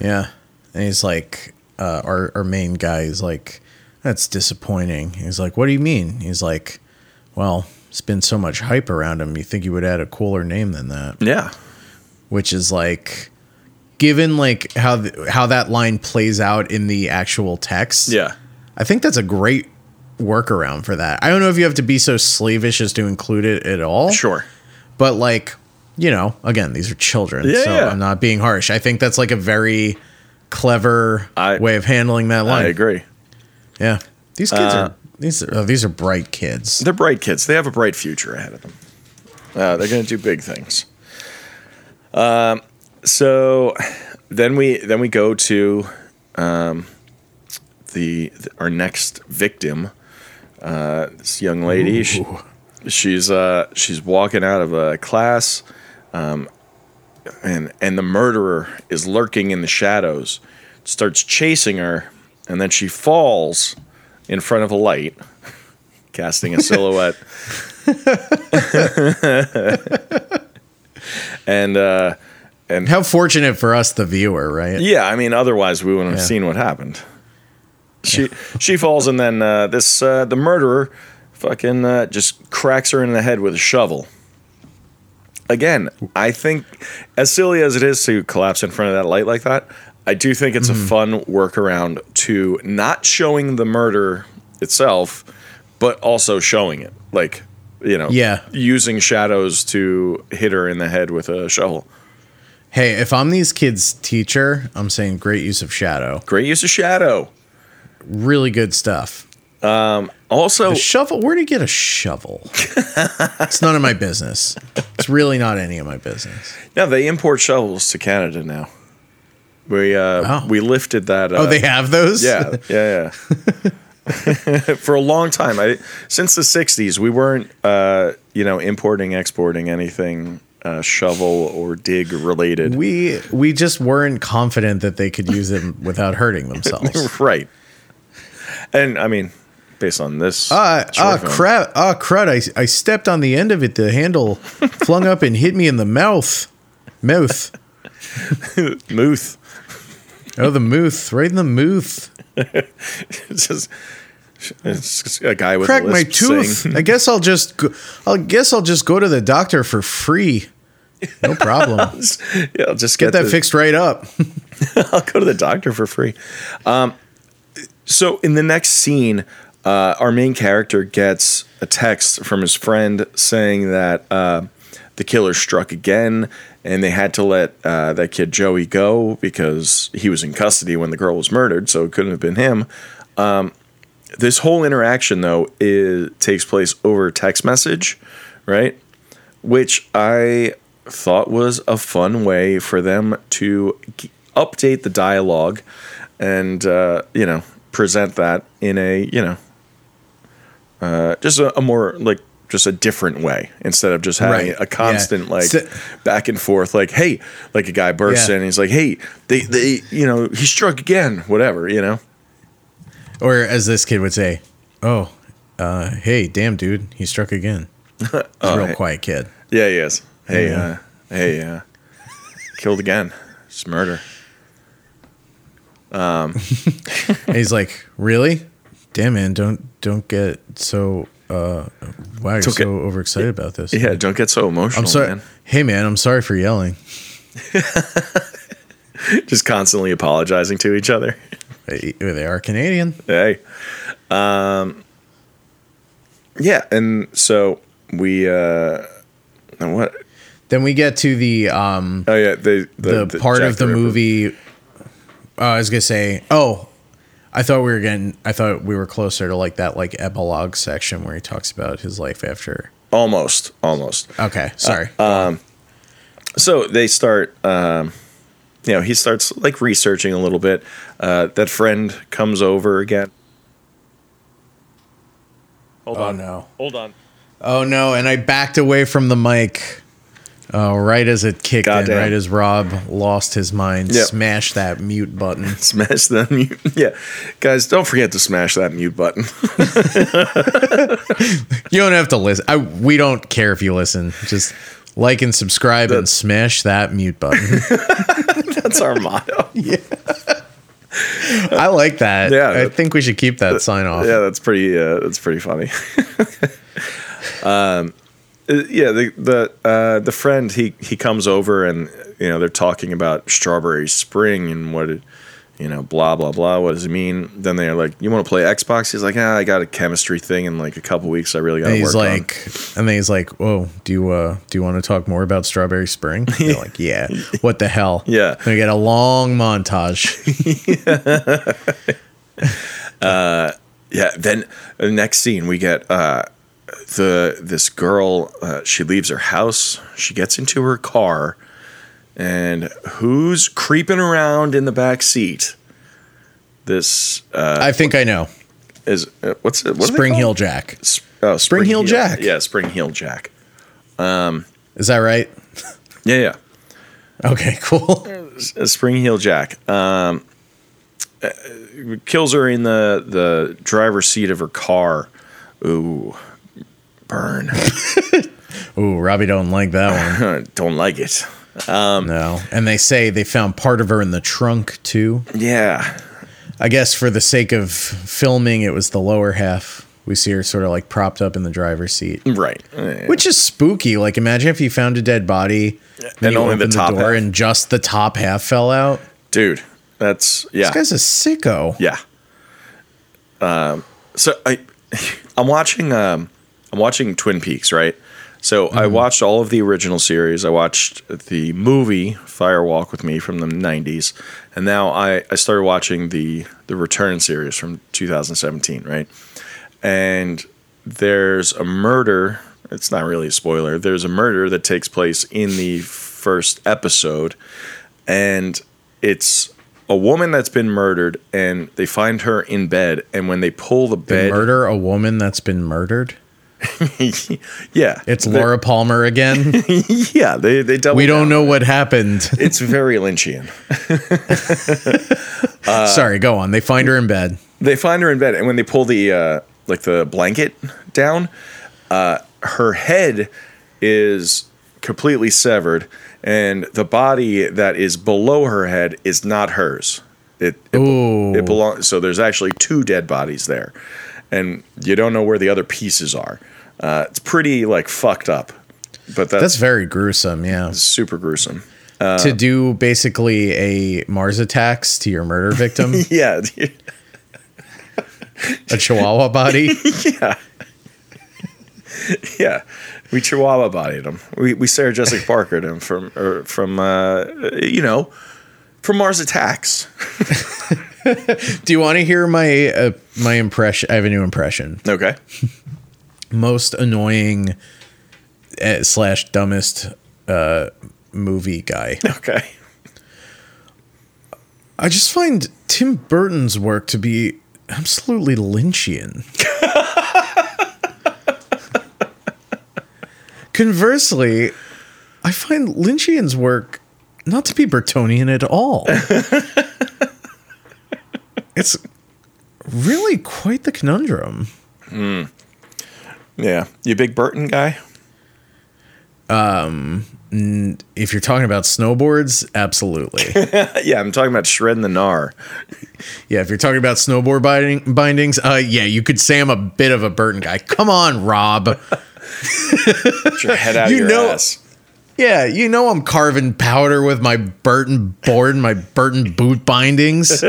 Yeah. And he's like, uh, our, our main guy is like, that's disappointing. He's like, what do you mean? He's like, well, it's been so much hype around him. You think you would add a cooler name than that?
Yeah,
Which is like, given like how th- how that line plays out in the actual text.
yeah,
I think that's a great workaround for that. I don't know if you have to be so slavish as to include it at all
sure.
but like you know again these are children
Yeah,
so
yeah.
i'm not being harsh i think that's like a very clever
I-
way of handling that
I
line
agree. Uh,
yeah these kids are these are oh, these are bright kids
They're bright kids. They have a bright future ahead of them. Uh, they're going to do big things. Um, so then we then we go to um, the, our next victim. Uh, this young lady. She, she's uh, she's walking out of a class, um, and and the murderer is lurking in the shadows. Starts chasing her, and then she falls in front of a light casting a silhouette. and uh,
how fortunate for us the viewer right
yeah, I mean, otherwise we wouldn't have
Yeah.
seen what happened. She she falls, and then uh, this uh, the murderer fucking uh, just cracks her in the head with a shovel. Again, I think as silly as it is to collapse in front of that light like that, I do think it's
Mm-hmm.
a fun workaround to not showing the murder itself, but also showing it, like you know,
Yeah.
using shadows to hit her in the head with a shovel.
hey if i'm these kids teacher i'm saying great use of shadow
Great use of shadow.
really good stuff
Also,
A shovel? Where'd he get a shovel? it's none of my business. It's really not any of my business.
no, they import shovels to Canada now. We uh,
Wow.
we lifted that. Uh,
Oh, they have those?
Yeah, yeah, yeah. For a long time, I since the '60s, we weren't, uh, you know, importing, exporting anything uh, shovel or dig related.
we we just weren't confident that they could use them without hurting themselves.
right. And I mean, based on this,
Ah, ah,
short film-
crap! Ah, crud! I, I stepped on the end of it. The handle flung up and hit me in the mouth. Mouth.
Muth.
Oh, the mooth. Right in the mooth.
It's just it's just a guy with
Crack
a
my
lisp
tooth.
saying-
I guess I'll just. Go, I guess I'll just go to the doctor for free. No problem.
yeah, I'll just
Get that
the-
fixed right up.
I'll go to the doctor for free. Um, so in the next scene, uh, our main character gets a text from his friend saying that uh, the killer struck again, and they had to let uh, that kid Joey go because he was in custody when the girl was murdered, so it couldn't have been him. Um, this whole interaction, though, is, takes place over text message, right? which I thought was a fun way for them to g- update the dialogue and uh, you know present that in a you know uh, just a, a more like just a different way instead of just having
Right,
a constant
yeah.
like
So-
back and forth like hey like a guy bursts
Yeah.
in and he's like hey they they you know he struck again whatever you know
Or as this kid would say, "Oh, uh, hey, damn, dude, he struck again." He's a real
hey.
quiet kid.
yeah yes hey
Yeah.
uh, hey uh, killed again it's murder
And he's like, "Really? Damn, man, don't don't get so uh, wow, you're
Don't get-
so overexcited about this."
yeah don't get so emotional
I'm sorry.
man.
Hey, man, I'm sorry for yelling.
just constantly apologizing to each other.
They they are Canadian.
Hey, um, yeah, and so we, uh, and what?
Then we get to the um,
Oh yeah, the
the, part
Jack
of the
Ripper.
movie. Uh, I was gonna say, oh, I thought we were getting. I thought we were closer to like that like epilogue section where he talks about his life after.
Almost, almost.
Okay, sorry.
uh, So they start. Um, you know, he starts like researching a little bit. Uh, that friend comes over again. Hold
oh no.
Hold on.
Oh no, and I backed away from the mic. Oh, right as it kicked
Goddamn.
in, right as Rob lost his mind,
Yep.
smashed that mute button.
Smash that mute. Yeah, guys, don't forget to smash that mute button.
You don't have to listen. I, we don't care if you listen. Just like and subscribe and
That's-
smash that mute button.
That's our motto.
I like that.
Yeah,
I
that-
think we should keep that sign off.
Yeah, that's pretty. Uh, that's pretty funny. um, uh, yeah, the the uh, the friend he he comes over and you know they're talking about Strawberry Spring and what it, you know blah blah blah. What does it mean? Then they're like, you want to play Xbox? He's like, ah, I got a chemistry thing in like a couple weeks. I really got
And
to
he's
work
like, and then he's like, "Whoa, do you uh, do you want to talk more about Strawberry Spring?" They're like, "Yeah, what the hell?"
Yeah.
Then we get a long montage.
on. Yeah. Then the next scene we get. Uh, the this girl uh, she leaves her house she gets into her car and who's creeping around in the back seat this uh,
I think I know.
is uh, what's it what are they
Spring
called?
Hill Jack.
S- oh,
Spring Heel Jack.
yeah spring heel jack
Is that right?
yeah yeah
Okay, cool.
S- spring heel jack um uh, kills her in the the driver's seat of her car ooh burn
Ooh, Robbie don't like that
don't like it
one.
Um,
no. And they say they found part of her in the trunk too.
yeah
I guess for the sake of filming, it was the lower half. We see her sort of like propped up in the driver's seat,
right Yeah.
which is spooky. Like, imagine if you found a dead body
And
you
only the
opened
top
door
half.
and just the top half fell out.
dude that's yeah
This guy's a sicko.
Yeah. Um, so I, I'm watching. Um, I'm watching Twin Peaks, right? So I watched all of the original series. I watched the movie Fire Walk with Me from the '90s, and now I I started watching the the Return series from 2017, right? and there's a murder. It's not really a spoiler. There's a murder that takes place in the first episode, and it's a woman that's been murdered, and they find her in bed. And when they pull the
They
bed,
murder a woman that's been murdered.
yeah,
It's
They're-
Laura Palmer again.
Yeah, they they double.
we don't
down.
know what happened.
It's very Lynchian. Uh,
Sorry, go on. They find her in bed.
they find her in bed, and when they pull the uh, like the blanket down, uh, her head is completely severed, and the body that is below her head is not hers. It it,
Ooh.
it belongs. So there's actually two dead bodies there, and you don't know where the other pieces are. Uh, it's pretty like fucked up, but that's,
That's very gruesome, yeah.
super gruesome.
to do basically a Mars attacks to your murder victim,
Yeah, dude.
a chihuahua body.
Yeah, we Chihuahua bodied him. We we Sarah Jessica Parkered him from or from uh, you know from Mars Attacks.
Do you want to hear my uh, my impression? I have a new impression.
Okay.
Most annoying uh, slash dumbest uh, movie guy.
Okay.
I just find Tim Burton's work to be absolutely Lynchian. Conversely, I find Lynchian's work not to be Burtonian at all. it's really quite the conundrum.
Yeah, you big Burton guy.
If you're talking about snowboards, absolutely.
Uh, yeah, I'm talking about shredding the gnar.
yeah, if you're talking about snowboard binding, bindings, uh, yeah, you could say I'm a bit of a Burton guy. Come on, Rob.
Get your head out
You
of your
know-
ass.
Yeah, you know I'm carving powder with my Burton board and my Burton boot bindings.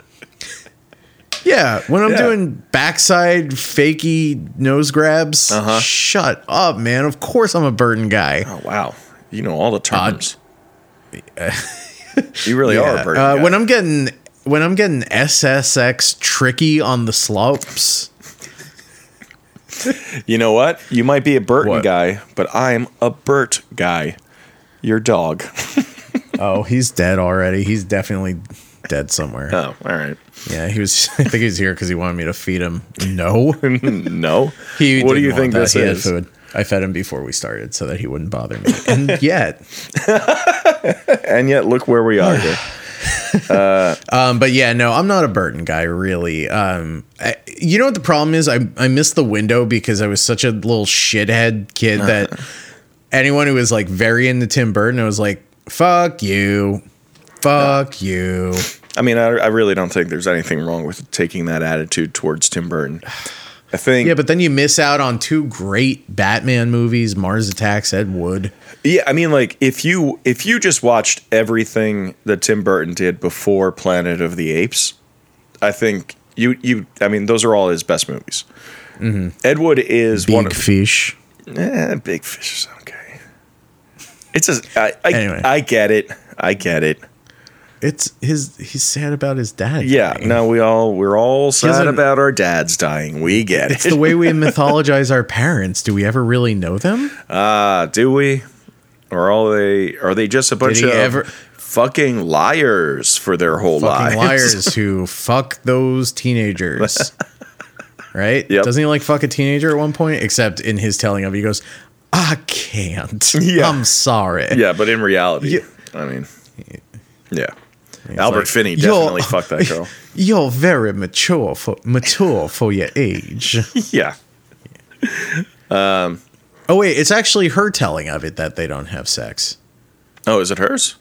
yeah, when I'm
Yeah.
doing backside fakey nose grabs,
Uh-huh.
shut up, man. Of course I'm a Burton guy.
Oh wow, you know all the terms. you really are
Yeah,
a Burton.
uh,
guy.
When I'm getting when I'm getting SSX tricky on the slopes,
you know what? You might be a Burton
What?
guy, but I'm a Bert guy. Your dog.
oh, he's dead already. He's definitely dead somewhere.
Oh, all right.
Yeah, he was. I think he was here because he wanted me to feed him. No.
no.
He
what do
didn't
you
want
think
that.
this
He had
is?
food. I fed him before we started so that he wouldn't bother me. And yet,
And yet, look where we are here.
um, but yeah, no, I'm not a Burton guy really. Um, I, you know what the problem is? I I missed the window because I was such a little shithead kid that anyone who was like very into Tim Burton, I was like, fuck you, fuck you.
I mean, I, I really don't think there's anything wrong with taking that attitude towards Tim Burton. I think,
Yeah, but then you miss out on two great Batman movies: Mars Attacks, Ed Wood.
yeah, I mean, like if you if you just watched everything that Tim Burton did before Planet of the Apes, I think you you I mean, those are all his best movies. Ed Wood is one
Mm-hmm. Big
of
Fish.
eh, Big Fish is okay. It's a I I,
Anyway.
I get it, I get it.
It's his. He's sad about his dad.
Yeah,
dying.
no, we all we're all sad
Doesn't-
about our dads dying. We get it.
It's the way we mythologize our parents. Do we ever really know them?
Ah, do we? Or are they are they just a bunch
he
of
ever-
fucking liars for their whole lives?
Fucking liars who fuck those teenagers. Right?
Yep.
Doesn't he like fuck a teenager at one point? Except in his telling of it, he goes, I can't.
Yeah.
I'm sorry.
Yeah, but in reality,
Yeah.
I mean, yeah. Albert Finney
"Yo."
definitely fucked that girl.
You're very mature for mature for your age.
yeah.
Oh wait, it's actually her telling of it that they don't have sex.
Oh, is it hers?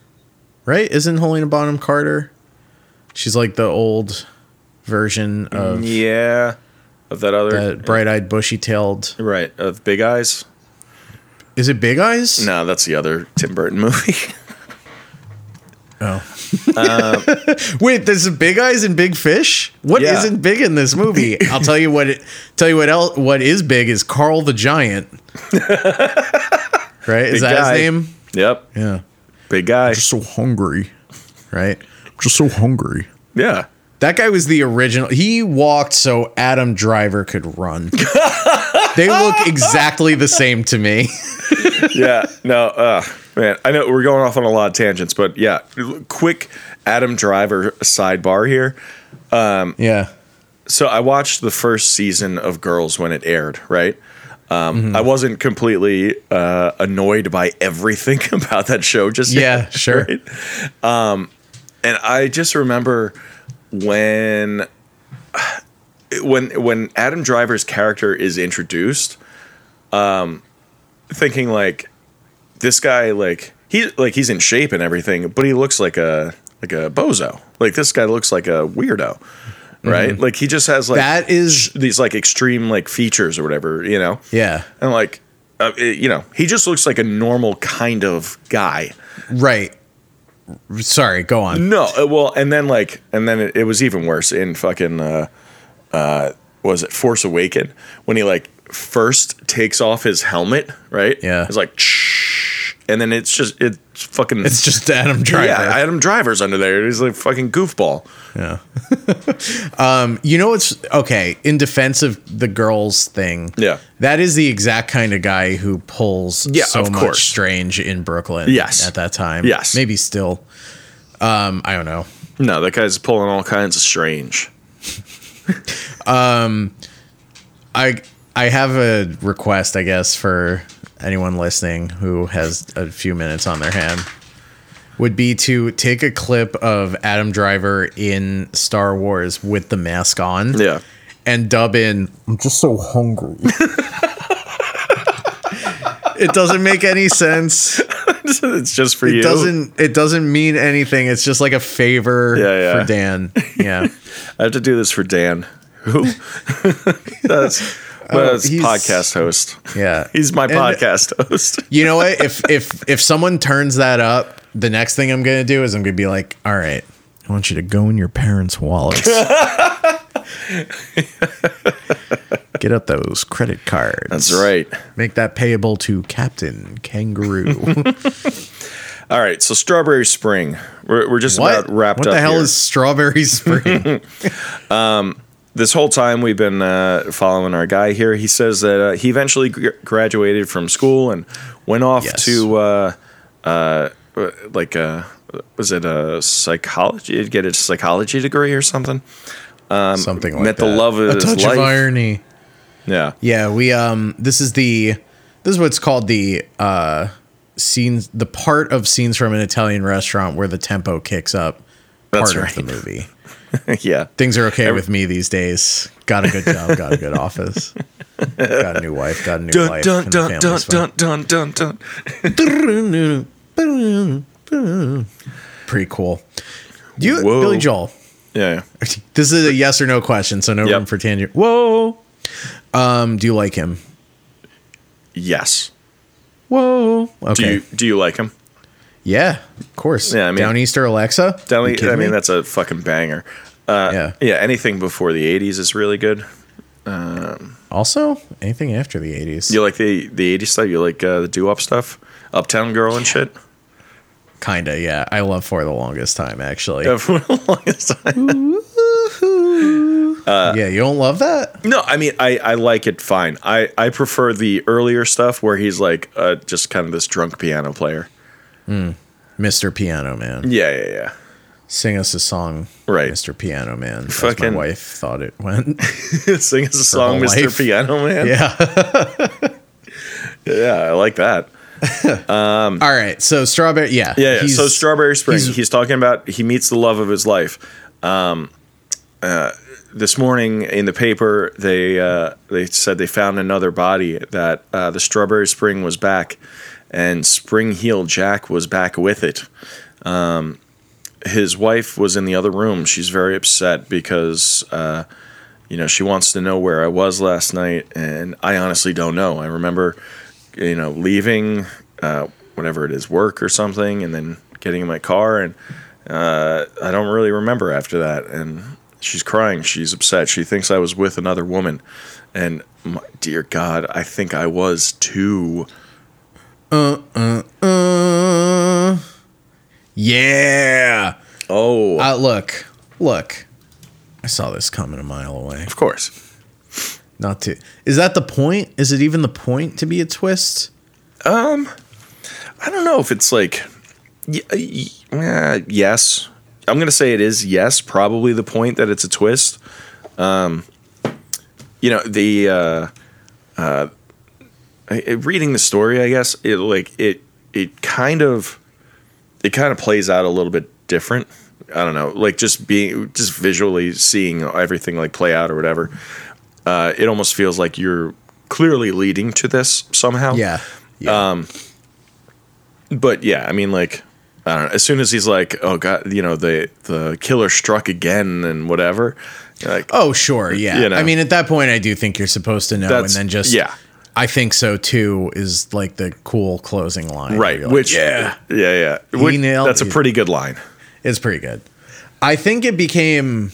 Right? Isn't Helena Bonham Carter? She's like the old version of
Yeah. Of that other
that bright eyed, bushy tailed
right of Big Eyes.
Is it Big Eyes?
No, that's the other Tim Burton movie.
Oh. Wait, there's Big Eyes and Big Fish? What
Yeah.
not big in this movie? I'll tell you what it tell you what else what is big is Carl the Giant. right? Is
Big
that
guy.
his name?
yep,
Yeah.
big guy.
so hungry. Right? Just so hungry.
Yeah,
That guy was the original. He walked so Adam Driver could run. they look exactly the same to me.
yeah, no, uh, man. I know we're going off on a lot of tangents, but yeah, quick Adam Driver sidebar here.
yeah.
So I watched the first season of Girls when it aired, right? Um, I wasn't completely uh, annoyed by everything about that show just
Yeah,
yet,
sure.
right? and I just remember when when when Adam Driver's character is introduced, um, thinking like this guy like he like he's in shape and everything, but he looks like a like a bozo. Like this guy looks like a weirdo, right? Like he just has like
That is
these like extreme like features or whatever, you know.
yeah.
And like uh, it- you know, he just looks like a normal kind of guy.
Right. Sorry, go on.
No, uh, well, and then like, and then it, it was even worse in fucking uh, uh, what was it Force Awaken when he like first takes off his helmet, right?
Yeah.
it's like, "Shh," and then it's just it's fucking
It's just Adam Driver.
yeah, Adam Driver's under there. He's like fucking goofball.
You know what's okay in defense of the girls thing?
Yeah.
that is the exact kind of guy who pulls
Yeah,
so
of
much
course.
strange in Brooklyn.
Yes.
at that time.
Yes.
maybe still. Um, I don't know.
No, that guy's pulling all kinds of strange.
I I have a request, I guess, for anyone listening who has a few minutes on their hand would be to take a clip of Adam Driver in Star Wars with the mask on.
Yeah,
and dub in I'm just so hungry. it doesn't make any sense.
it's just for
It
you.
doesn't it doesn't mean anything. It's just like a favor
Yeah, yeah.
for Dan. Yeah.
I have to do this for Dan, who that's. that's
Oh, he's-
podcast host.
Yeah.
He's my
And-
podcast host.
You know what? If if if someone turns that up, the next thing I'm gonna do is I'm gonna be like, all right, I want you to go in your parents' wallets. Get out those credit cards.
That's right.
Make that payable to Captain Kangaroo.
All right, so Strawberry Spring. We're, we're just
What?
about wrapped
what
up.
the hell
here.
is Strawberry Spring?
this whole time we've been uh, following our guy here? He says that uh, he eventually gr- graduated from school and went off
Yes.
to uh, uh, like a was it a psychology? He'd get a psychology degree or something.
Something like
met
that.
the love of
A
his
touch
life.
of irony.
Yeah,
Yeah, we um this is the this is what's called the uh scenes the part of scenes from an Italian restaurant where the tempo kicks up
That's
part of the
right.
movie.
yeah.
Things are okay with me these days. Got a good job, got a good office. Got a new wife, got a new
Dun
life.
dun
and the
dun dun
family's
dun dun dun
fine.
dun.
Pretty cool. Do you
Whoa.
Billy Joel?
Yeah,
This is a yes or no question, so no
Yep.
room for tangent. Whoa. Um, do you like him?
yes.
Whoa. Okay.
Do you do you like him?
yeah, of course.
Yeah, I mean-
Down Easter Alexa.
Down,
You
I
kidding me?
mean, that's a fucking banger. Uh,
Yeah.
yeah. Anything before the '80s is really good.
also anything after the eighties.
You like the the '80s stuff? You like uh, the doo-wop stuff, Uptown Girl and shit.
Kinda, yeah. I love for the longest time. Actually,
Yeah, for the longest time. Uh,
yeah. You don't love that?
No, I mean I, I like it fine. I, I prefer the earlier stuff where he's like uh, just kind of this drunk piano player.
Mr. Piano Man,
Yeah, yeah, yeah.
sing us a song,
Right.
Mr. Piano Man. That's my
Fucking-
wife thought it went.
Sing us a song,
whole
Mr.
life.
Piano Man. Yeah.
yeah.
I like that.
All right. So strawberry. Yeah.
Um, Yeah, yeah. so
he's-
Strawberry Spring. He's,
he's-
talking about he meets the love of his life. Um, uh, this morning in the paper, they uh, they said they found another body that uh, the Strawberry Spring was back, and Spring Heel Jack was back with it. Um, his wife was in the other room. She's very upset because. Uh, you know, she wants to know where I was last night, and I honestly don't know. I remember, you know, leaving uh, whatever it is, work or something, and then getting in my car, and uh, I don't really remember after that. And she's crying, she's upset, she thinks I was with another woman, and my, dear God, I think I was too.
Uh, yeah.
Oh,
Oh. Uh, look, look. I saw this coming a mile away.
Of course.
Not to. Is that the point? Is it even the point to be a twist?
I don't know if it's like, y- y- uh, yes. I'm gonna say it is yes. Probably the point that it's a twist. Um, you know the uh, uh, I- I- reading the story. I guess it like it it kind of it kind of plays out a little bit different. I don't know, like just being just visually seeing everything like play out or whatever. Uh, it almost feels like you're clearly leading to this somehow.
Yeah. Yeah.
but yeah, I mean, like, I don't know. As soon as he's like, "Oh God," you know, the the killer struck again and whatever. you're Like,
oh, sure. Yeah.
You know.
I mean, at that point, I do think you're supposed to know, and
That's-
then just
yeah.
I think so too is like the cool closing line.
right?
You're like,
which
yeah,
yeah, yeah. Which,
nailed
that's a
it.
pretty good line.
it's pretty good. I think it became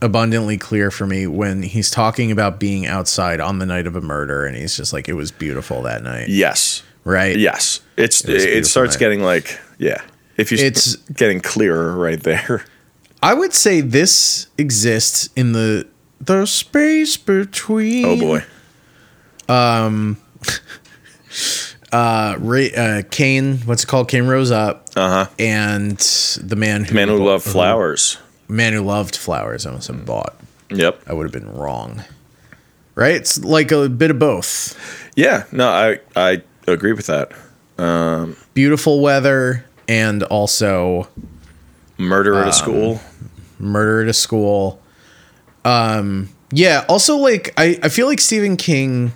abundantly clear for me when he's talking about being outside on the night of a murder, and he's just like, "It was beautiful that night."
Yes,
Right.
yes. It's
was
it,
beautiful,
starts
man.
getting like yeah. If you
It's-
it's getting clearer right there.
I would say this exists in the the space between.
Oh boy.
Uh, Ray, uh, Kane, what's it called? Kane rose up. Uh huh. And the man who
Man Uh-huh. who loved flowers.
man who loved flowers. I almost said bought.
Yep.
I would have been wrong. Right? It's like a bit of both.
Yeah. No, I I agree with that.
Beautiful weather and also
Murder
Um,
at a school.
murder at a school. Um, yeah. Also, like I, I feel like Stephen King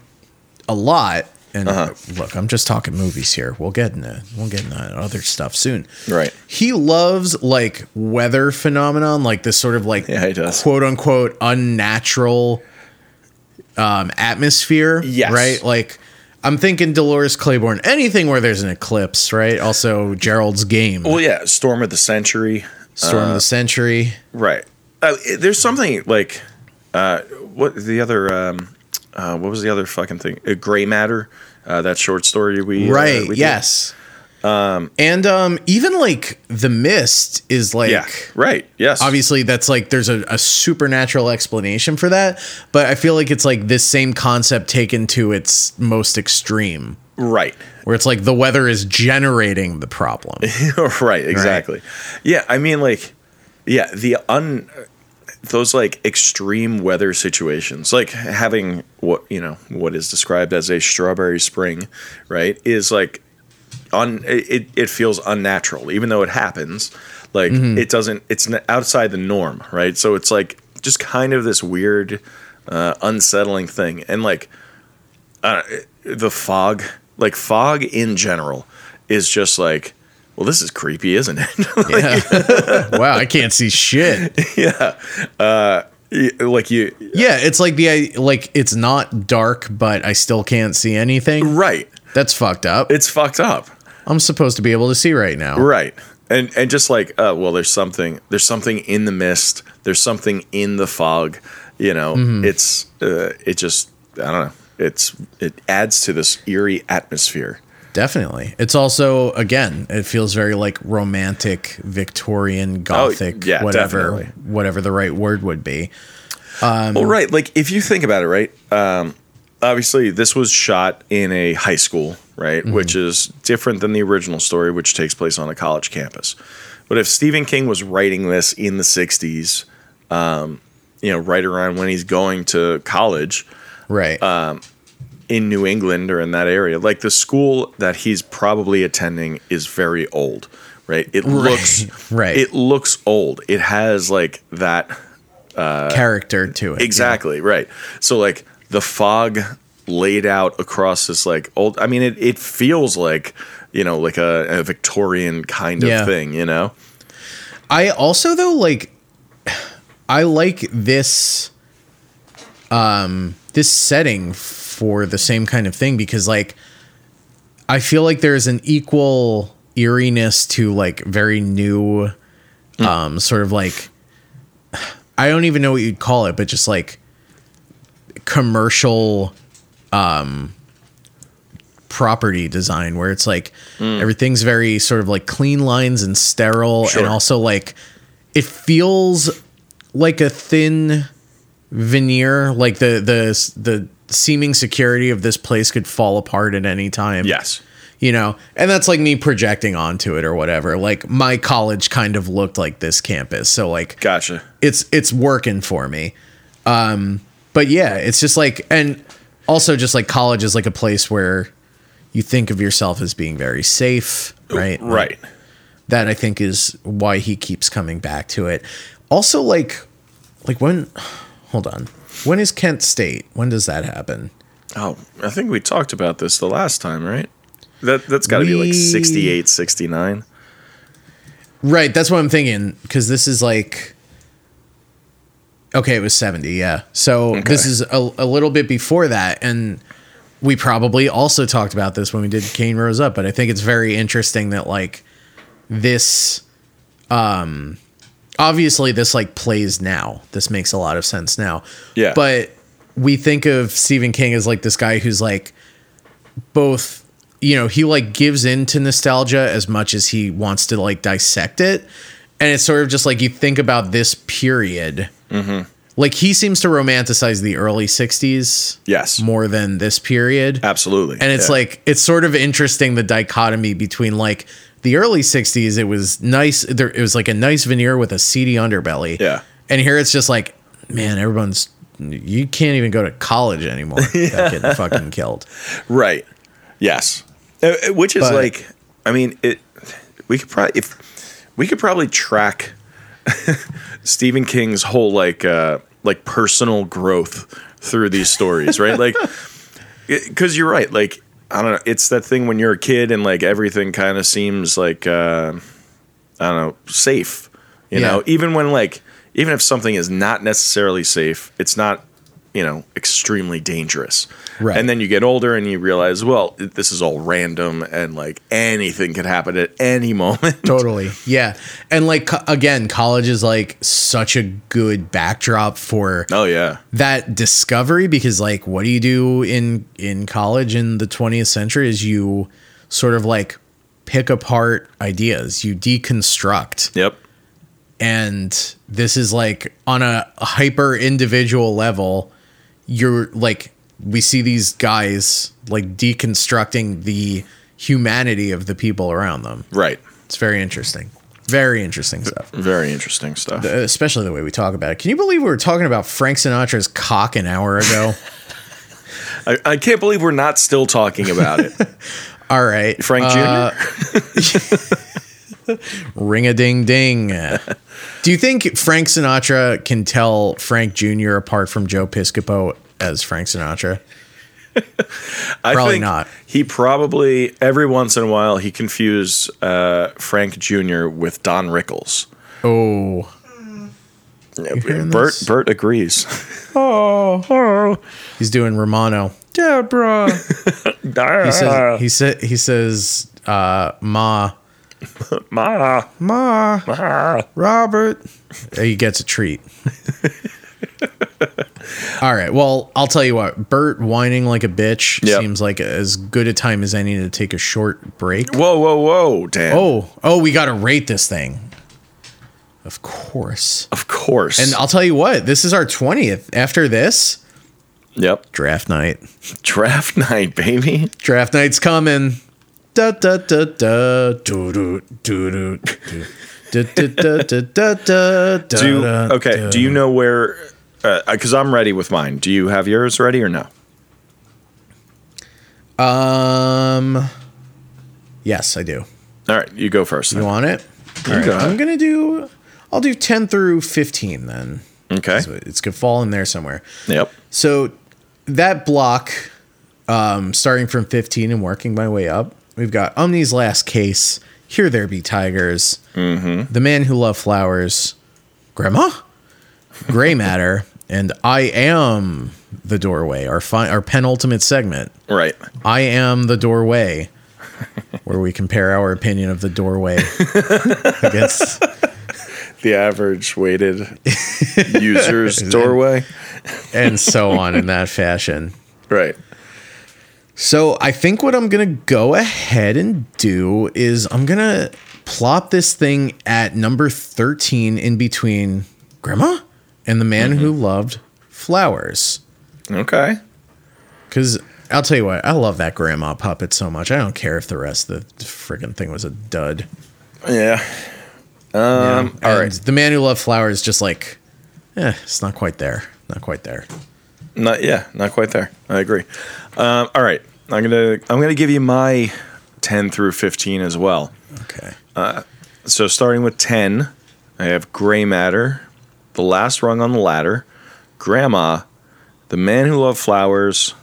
a lot. And
Uh-huh.
look, I'm just talking movies here. We'll get into we'll get into other stuff soon.
Right.
He loves like weather phenomenon, like this sort of like
Yeah, he does.
quote unquote unnatural um, atmosphere.
Yes.
Right. Like. I'm thinking Dolores Claiborne. Anything where there's an eclipse, right? Also, Gerald's Game,
Well, uh, yeah. Storm of the century.
Storm of the Century.
Right. Uh, it- there's something like uh, what the other um, uh, what was the other fucking thing? Uh, gray matter. Uh, that short story we uh,
right
we did.
yes um and um even like the mist is like
yeah right yes
obviously that's like there's a, a supernatural explanation for that but i feel like it's like this same concept taken to its most extreme
right
where it's like the weather is generating the problem
right exactly yeah I mean like yeah the un those like extreme weather situations like having what you know what is described as a strawberry spring right is like un it, it feels unnatural even though it happens like it doesn't it's n- outside the norm right so it's like just kind of this weird uh, unsettling thing and like uh, the fog like fog in general is just like well this is creepy isn't it
wow i can't see shit
like you
yeah it's like the I like it's not dark but i still can't see anything
right
that's fucked up
it's fucked up
i'm supposed to be able to see right now
right and and just like uh, well there's something there's something in the mist there's something in the fog you know it's uh, it just i don't know it's it adds to this eerie atmosphere
Definitely. It's also again, it feels very like romantic Victorian gothic
yeah,
whatever
definitely.
whatever the right word would be.
well right like if you think about it right um obviously this was shot in a high school right which is different than the original story which takes place on a college campus but if stephen king was writing this in the 60s um you know right around when he's going to college
Right.
in New England or in that area, like the school that he's probably attending is very old, right? It looks
right.
It looks old. It has like that
Character to it.
exactly right. So like the fog laid out across this like old. I mean, it it feels like you know like a, a Victorian kind of
Yeah.
thing. You know,
I also though like I like this um this setting for the same kind of thing because like I feel like there's an equal eeriness to like very new um sort of like I don't even know what you'd call it but just like commercial um property design where it's like everything's very sort of like clean lines and sterile
Sure.
and also like it feels like a thin veneer, like the the the seeming security of this place could fall apart at any time.
Yes.
You know, and that's like me projecting onto it or whatever. Like my college kind of looked like this campus. So like
Gotcha.
it's it's working for me. Um, but yeah, it's just like, and also just like college is like a place where you think of yourself as being very safe, right?
Right.
That I think is why he keeps coming back to it. Also, like, like when, hold on, when is Kent State? When does that happen?
Oh, I think we talked about this the last time, right? That that's got to be like
We-
68, 69.
Right, that's what I'm thinking because this is like okay, it was 70, yeah. So this is a, a little bit before that and we probably also talked about this when we did Kane Rose Up, but I think it's very interesting that like this um obviously this like plays now. This makes a lot of sense now.
Yeah.
But we think of Stephen King as like this guy who's like both you know he like gives in to nostalgia as much as he wants to like dissect it and it's sort of just like you think about this period
Mm-hmm.
like he seems to romanticize the early 60s
Yes.
more than this period
Absolutely.
and it's
Yeah.
like it's sort of interesting the dichotomy between like the early 60s it was nice there it was like a nice veneer with a seedy underbelly
Yeah.
and here it's just like man everyone's you can't even go to college anymore yeah. getting fucking killed
Right. Yes. Uh, uh, Which is
But-
like, I mean, it. We could probably if we could probably track Stephen King's whole like uh, like personal growth through these stories, right? Like, because you're right. Like, I don't know. It's that thing when you're a kid and like everything kind of seems like uh, I don't know safe. You
Yeah.
know, even when like even if something is not necessarily safe, it's not you know extremely dangerous.
Right.
And then you get older and you realize, well, this is all random and like anything could happen at any moment.
totally yeah and like co- again college is like such a good backdrop for
oh yeah.
that discovery because like what do you do in in college in the 20th century is you sort of like pick apart ideas you deconstruct
Yep.
and this is like on a hyper individual level you're like we see these guys like deconstructing the humanity of the people around them
Right.
it's very interesting very interesting stuff
Very interesting stuff.
especially the way we talk about it. Can you believe we were talking about Frank Sinatra's cock an hour ago?
I, I can't believe we're not still talking about it.
All right, Uh,
Frank Jr.
ring a ding ding. Do you think Frank Sinatra can tell Frank Jr. apart from Joe Piscopo as Frank Sinatra?
I
probably
think
not.
He probably every once in a while he confused uh, Frank Jr. with Don Rickles.
Oh, hearing
Bert
this?
Bert agrees.
he's doing Romano.
Deborah.
He says he said he says uh, ma
Ma.
ma Robert. Uh, He gets a treat. All right. Well, I'll tell you what. Bert whining like a bitch
Yep.
seems like as good a time as any to take a short break.
Whoa, whoa, whoa, Dan.
Oh, oh, we got to rate this thing. Of course.
Of course.
And uh, I'll tell you what. This is our twentieth. After this,
yep.
draft night.
Draft night, baby.
Draft night's coming. Da da da da do do do do. Do do do do do do.
Do
da,
okay.
da.
Do you know where? Because I'm ready with mine. Do you have yours ready or no?
Um. Yes, I do.
All right, you go first.
You
then.
want it?
You
All right,
go ahead.
I'm gonna do. I'll do ten through fifteen then.
Okay.
So it's gonna fall in there somewhere.
Yep.
So that block, um, starting from fifteen and working my way up, we've got Omni's Last Case, Here There Be Tigers, The Man Who Loved Flowers, Grandma, Gray Matter, and I Am the Doorway. Our fi- our penultimate segment.
Right.
I am the doorway, where we compare our opinion of the doorway against
The average weighted user's doorway.
and so on in that fashion.
Right.
So I think what I'm gonna go ahead and do is I'm gonna plop this thing at number 13 in between Grandma, and The Man Who
Mm-hmm.
Loved Flowers.
Okay.
Because I'll tell you what, I love that grandma puppet so much. I don't care if the rest of the friggin' thing was a dud.
Yeah.
All
Um, all
right.
right.
The Man Who Loved Flowers just like, eh, it's not quite there. Not quite there.
Not yeah, not quite there. I agree. Um, all right. I'm gonna I'm gonna give you my ten through fifteen as well.
Okay.
So starting with 10, I have Gray Matter, The Last Rung on the Ladder, Grandma, The Man Who Loved Flowers,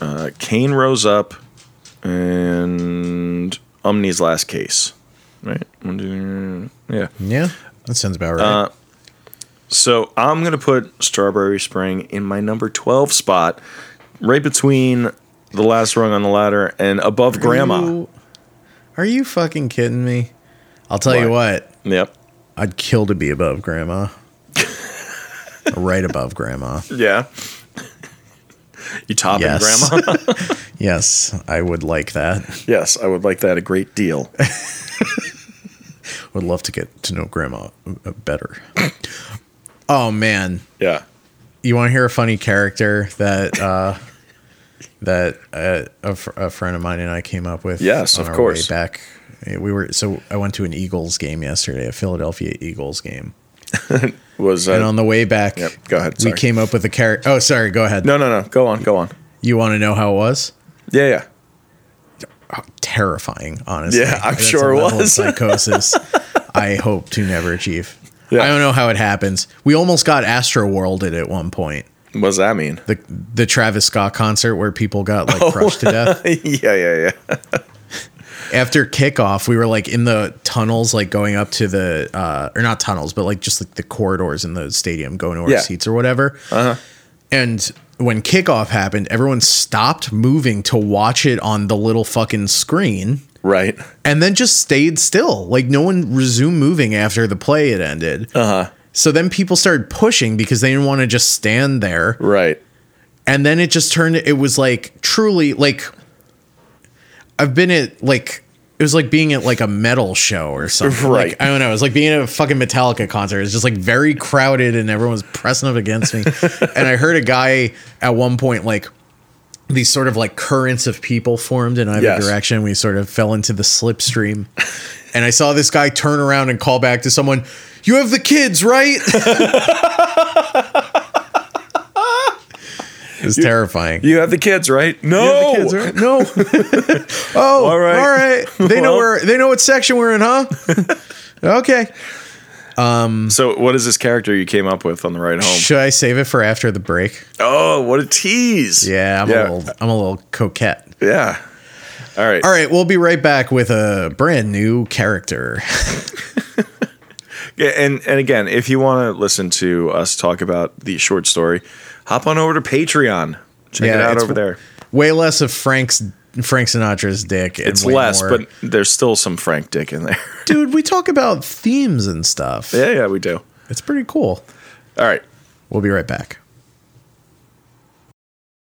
uh, Kane Rose Up, and Omni's Last Case. Right? One, two, three, Yeah.
yeah. That sounds about right.
Uh, So I'm going to put Strawberry Spring in my number 12 spot, right between The Last Rung on the Ladder and Above Grandma.
You- are you fucking kidding me? I'll tell you what.
Yep.
I'd kill to be above grandma. right above grandma.
Yeah. you topping
Yes.
Grandma?
Yes, I would like that.
Yes, I would like that a great deal.
Would love to get to know grandma uh, better. oh man,
Yeah.
you want to hear a funny character that uh that uh, a, fr- a friend of mine and I came up with?
Yes,
on
of
our
course.
Way back we were so I went to an Eagles game yesterday, a Philadelphia Eagles game.
Was
And
uh,
on the way back,
Yep, go ahead,
We
sorry.
came up with a character. Oh, sorry. Go ahead.
no, no, no. Go on, go on.
You want to know how it was?
Yeah, yeah.
Terrifying, honestly.
Yeah, I'm
That's
sure
a
it
level of
was.
psychosis. I hope to never achieve.
Yeah.
I don't know how it happens. We almost got Astro Worlded at one point.
What does that mean?
The the Travis Scott concert where people got like
Oh.
crushed to death.
yeah, yeah, yeah.
After kickoff, we were like in the tunnels, like going up to the uh or not tunnels, but like just like the corridors in the stadium going to our
Yeah.
seats or whatever. Uh-huh. And when kickoff happened, everyone stopped moving to watch it on the little fucking screen.
Right.
and then just stayed still. Like no one resumed moving after the play had ended.
Uh huh.
So then people started pushing because they didn't want to just stand there.
Right.
And then it just turned it was like truly like I've been at like it was like being at like a metal show or something. Like,
Right.
I don't know. It was like being at a fucking Metallica concert. It's just like very crowded and everyone's pressing up against me. and I heard a guy at one point like these sort of like currents of people formed in either
Yes.
direction. We sort of fell into the slipstream. and I saw this guy turn around and call back to someone, You have the kids, right? it was terrifying.
You have the kids, right? No.
You have the kids, right? No. oh, all
All
right.
right.
All right. They know
Well.
where they know what section we're in, huh? okay.
So, what is this character you came up with on the ride home?
Should I save it for after the break?
Oh, what a tease.
Yeah, I'm
yeah.
a little I'm a little coquette.
Yeah. All right.
All right, we'll be right back with a brand new character.
Yeah, and and again, if you want to listen to us talk about the short story, hop on over to Patreon. Check it
Yeah,
out
it's-
over there.
Way less of Frank's Frank Sinatra's dick. And
It's
way
less,
more-
but there's still some Frank Dick in there.
dude, we talk about themes and stuff.
yeah, yeah, we do.
It's pretty cool.
All right.
We'll be right back.